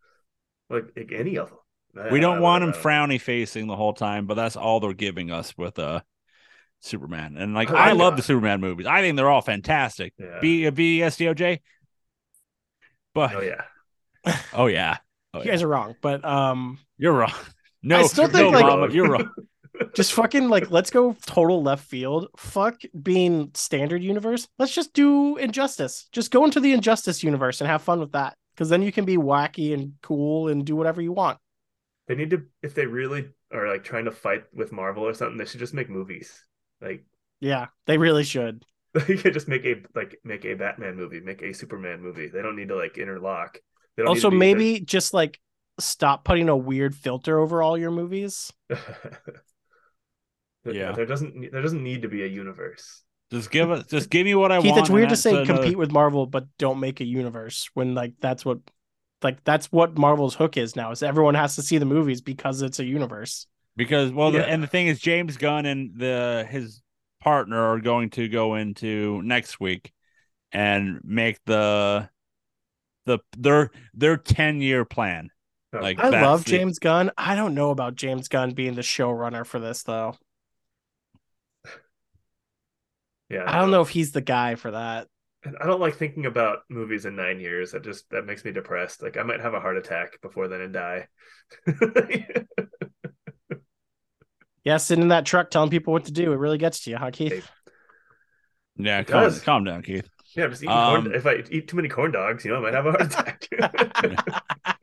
Like, like any of them. I- we I don't want him know. frowny facing the whole time, but that's all they're giving us with uh Superman. And like, Oh, I yeah. love the Superman movies. I think they're all fantastic. Yeah. B uh, B E S D O J. But oh yeah. oh yeah, Oh, You guys are wrong, but um, you're wrong. No, I still no, think, like- Mama, you're wrong. just fucking like let's go total left field. Fuck being standard universe. Let's just do injustice. Just go into the injustice universe and have fun with that. Because then you can be wacky and cool and do whatever you want. They need to if they really are like trying to fight with Marvel or something, they should just make movies. Like Yeah, they really should. you could just make a like make a Batman movie, make a Superman movie. They don't need to like interlock. They don't need Also, to be- maybe just like stop putting a weird filter over all your movies. There- Yeah. there doesn't there doesn't need to be a universe. Just give us, just give me what I Keith, want. it's weird and to say that's another- compete with Marvel, but don't make a universe when like that's what like that's what Marvel's hook is now is everyone has to see the movies because it's a universe. because well, Yeah. the, and the thing is, James Gunn and the his partner are going to go into next week and make the the their their ten year plan. Oh, Like- I That's love the- James Gunn. I don't know about James Gunn being the showrunner for this though. yeah, I don't know if he's the guy for that. And I don't like thinking about movies in nine years. That just that makes me depressed. Like I might have a heart attack before then and die. Yeah, sitting in that truck telling people what to do, it really gets to you, huh, Keith? Yeah, It calm, does. calm down, Keith. yeah, I'm just eating Um, corn. If I eat too many corn dogs, you know, I might have a heart attack.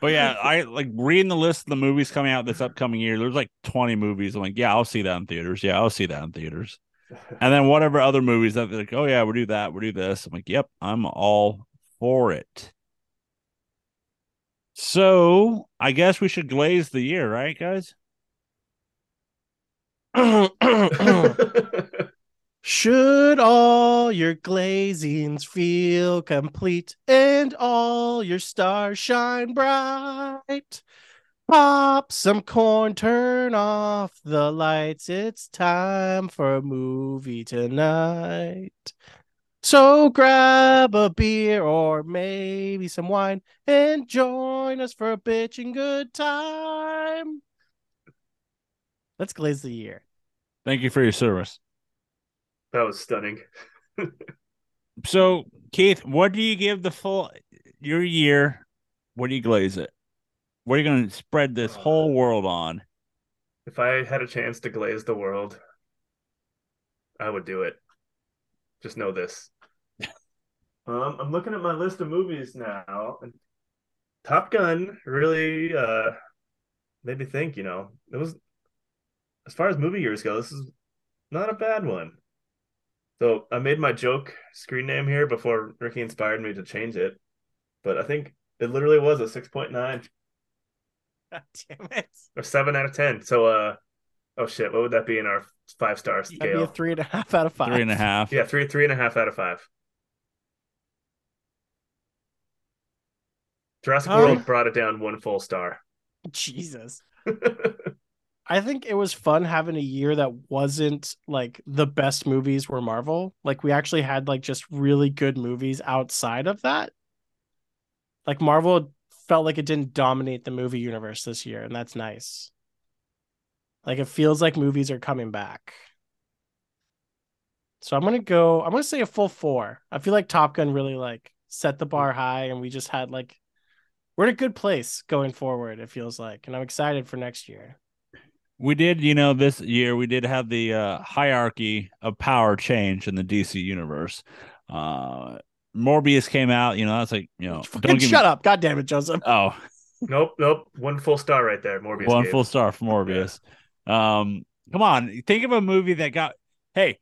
But yeah, I like reading the list of the movies coming out this upcoming year. There's like 20 movies. I'm like, yeah, I'll see that in theaters. Yeah, I'll see that in theaters. And then whatever other movies that they're like, oh yeah, we'll do that, we'll do this. I'm like, yep, I'm all for it. So I guess we should glaze the year, right, guys? Should all your glazings feel complete and all your stars shine bright? Pop some corn, turn off the lights. It's time for a movie tonight. So grab a beer or maybe some wine and join us for a bitchin' good time. Let's glaze the year. Thank you for your service. that was stunning. So Keith, what do you give the full your year? What do you glaze it? What are you gonna spread this whole world on? If I had a chance to glaze the world, I would do it. Just know this. um, I'm looking at my list of movies now. and Top Gun really uh, made me think. You know, it was as far as movie years go, this is not a bad one. So I made my joke screen name here before Ricky inspired me to change it, but I think it literally was a six point nine God damn it. or seven out of ten. So, uh, oh shit, what would that be in our five star That'd be a scale? three and a half out of five. Three and a half. yeah, three, three and a half out of five. Jurassic Um, World brought it down one full star. Jesus. yeah, I think it was fun having a year that wasn't like the best movies were Marvel. Like we actually had like just really good movies outside of that. Like Marvel felt like it didn't dominate the movie universe this year, and that's nice. Like it feels like movies are coming back. So I'm gonna go. I'm gonna say a full four. I feel like Top Gun really like set the bar high, and we just had like we're in a good place going forward. It feels like, and I'm excited for next year. We did, you know, this year we did have the uh, hierarchy of power change in the DC universe. Uh, Morbius came out, you know, that's like, you know, Fucking give shut up! God damn it, Joseph. Me, oh, nope, nope, one full star right there. Morbius. one gave. full star for Morbius. Um, come on, think of a movie that got. Hey,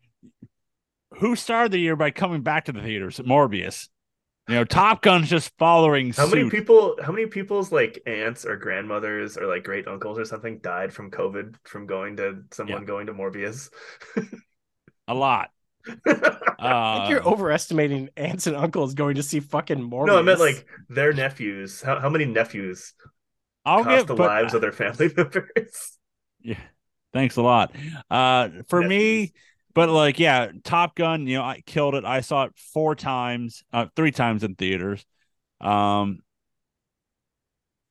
who started the year by coming back to the theaters? Morbius. You know, Top Gun's just following How suit. many people? How many people's like aunts or grandmothers or like great uncles or something died from COVID from going to someone going to Morbius? A lot. Uh, I think you're overestimating aunts and uncles going to see fucking Morbius. no, I meant like their nephews. How, how many nephews I'll cost give the but- lives of their family members. Yeah. Thanks a lot. Uh for me, Nephews. but like yeah, Top Gun, you know, I killed it. I saw it four times, uh three times in theaters. Um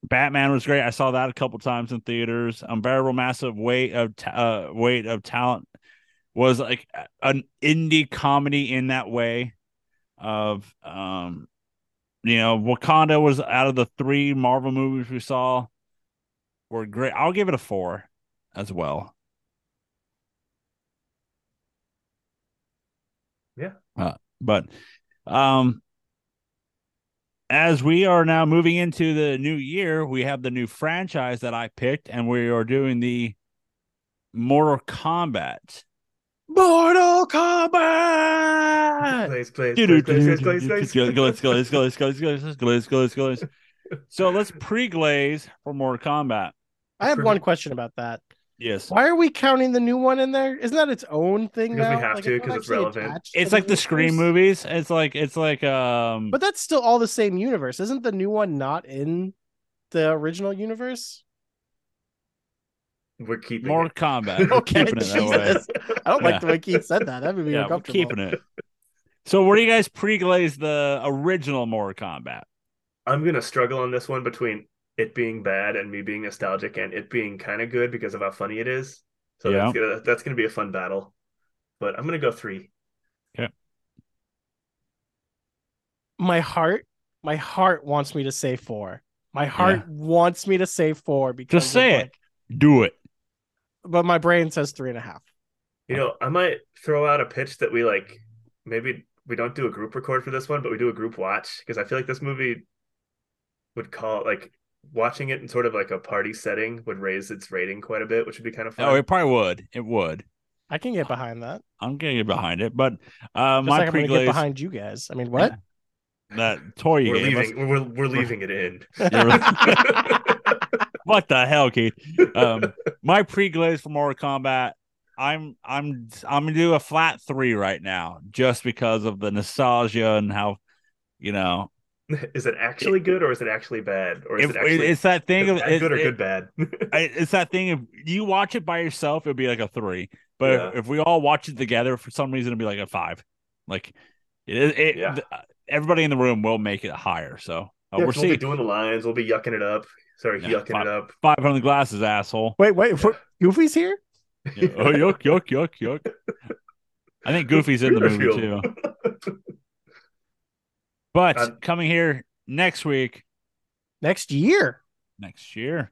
Batman was great. I saw that a couple times in theaters. Unbearable massive weight of ta- uh, weight of talent was like a- an indie comedy in that way of um you know, Wakanda was out of the three Marvel movies we saw were great. I'll give it a four as well. Yeah. Uh, but um as we are now moving into the new year, we have the new franchise that I picked, and we are doing the Mortal Kombat. Mortal Kombat. Please, please, please, please, please, please, Let's go, let's go, let's go, let's go, let's go, let's go, let's go, let's go. let's go. So let's pre-glaze for Mortal Kombat. I have one question about that. Yes. Why are we counting the new one in there? Isn't that its own thing Because we now? have to, not 'cause it's actually relevant. attached to It's like the movies? Scream movies. It's like it's like um But that's still all the same universe. Isn't the new one not in the original universe? We're keeping Mortal more. Kombat. We're Okay, keeping it that way. Jesus. I don't Yeah. like the way Keith said that. That made me Yeah, we're uncomfortable. keeping it. So where do you guys pre-glaze the original Mortal Kombat? I'm gonna struggle on this one between it being bad and me being nostalgic and it being kind of good because of how funny it is. So that's gonna that's gonna be a fun battle. But I'm gonna go three. my heart, my heart wants me to say four. My heart wants me to say four because Just of, say it. like- Do it. but my brain says three and a half. You Uh. know, I might throw out a pitch that we like. Maybe we don't do a group record for this one, but we do a group watch because I feel like this movie would call like watching it in sort of like a party setting would raise its rating quite a bit, which would be kind of Oh, fun. it probably would. It would. I can get behind that. I'm gonna get behind it, but uh, Just my like I'm gonna get pre-glaze behind you guys. I mean, what? that toy you we're gave us. leaving. We're, we're leaving it in. what the hell, Keith? Um, my pre-glaze for Mortal Kombat. I'm I'm I'm gonna do a flat three right now, just because of the nostalgia and how you know is it actually good or is it actually bad or is if- it actually it's that thing of bad it's- good or it- Oh, good bad? I- it's that thing if you watch it by yourself, it'd be like a three. But if- Yeah. if we all watch it together, for some reason, it'd be like a five. Like it, it, Yeah. th- everybody in the room will make it higher. So uh, Yeah, we're 'cause we'll be seeing doing the lines. We'll be yucking it up. Sorry, Yeah, yucking fine. it up. five hundred glasses, asshole. Wait, wait. For, Goofy's here. Yeah. Oh yuck, yuck, yuck, yuck. I think Goofy's in the movie too. Clearfield. But Um, coming here next week, Next year. next year,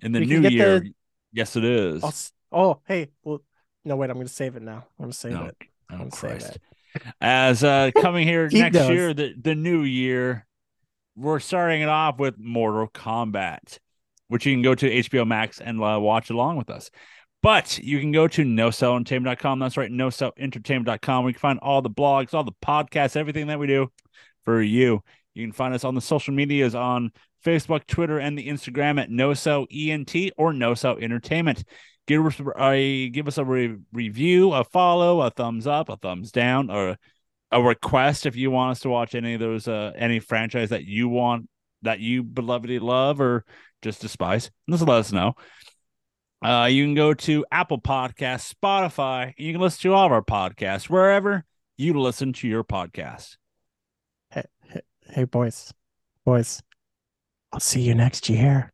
in the We can new get year. the- Yes, it is. I'll s- oh, hey. Well, no, wait. I'm gonna save it now. I'm gonna save No. it. Oh Don't say Christ. that. As uh coming here He next does. year, the, the new year, we're starting it off with Mortal Kombat, which you can go to HBO Max and uh, watch along with us. But you can go to nocellentertainment.com. That's right, nocellentertainment.com. We can find all the blogs, all the podcasts, everything that we do for you. You can find us on the social medias on Facebook, Twitter, and the Instagram at NoCellENT or NoCell Entertainment give us a uh, give us a re- review, a follow, a thumbs up, a thumbs down, or a request if you want us to watch any of those uh, any franchise that you want that you belovedly love or just despise. Just let us know. Uh, you can go to Apple Podcasts, Spotify. and You can listen to all of our podcasts wherever you listen to your podcast. Hey, boys, boys. I'll see you next year.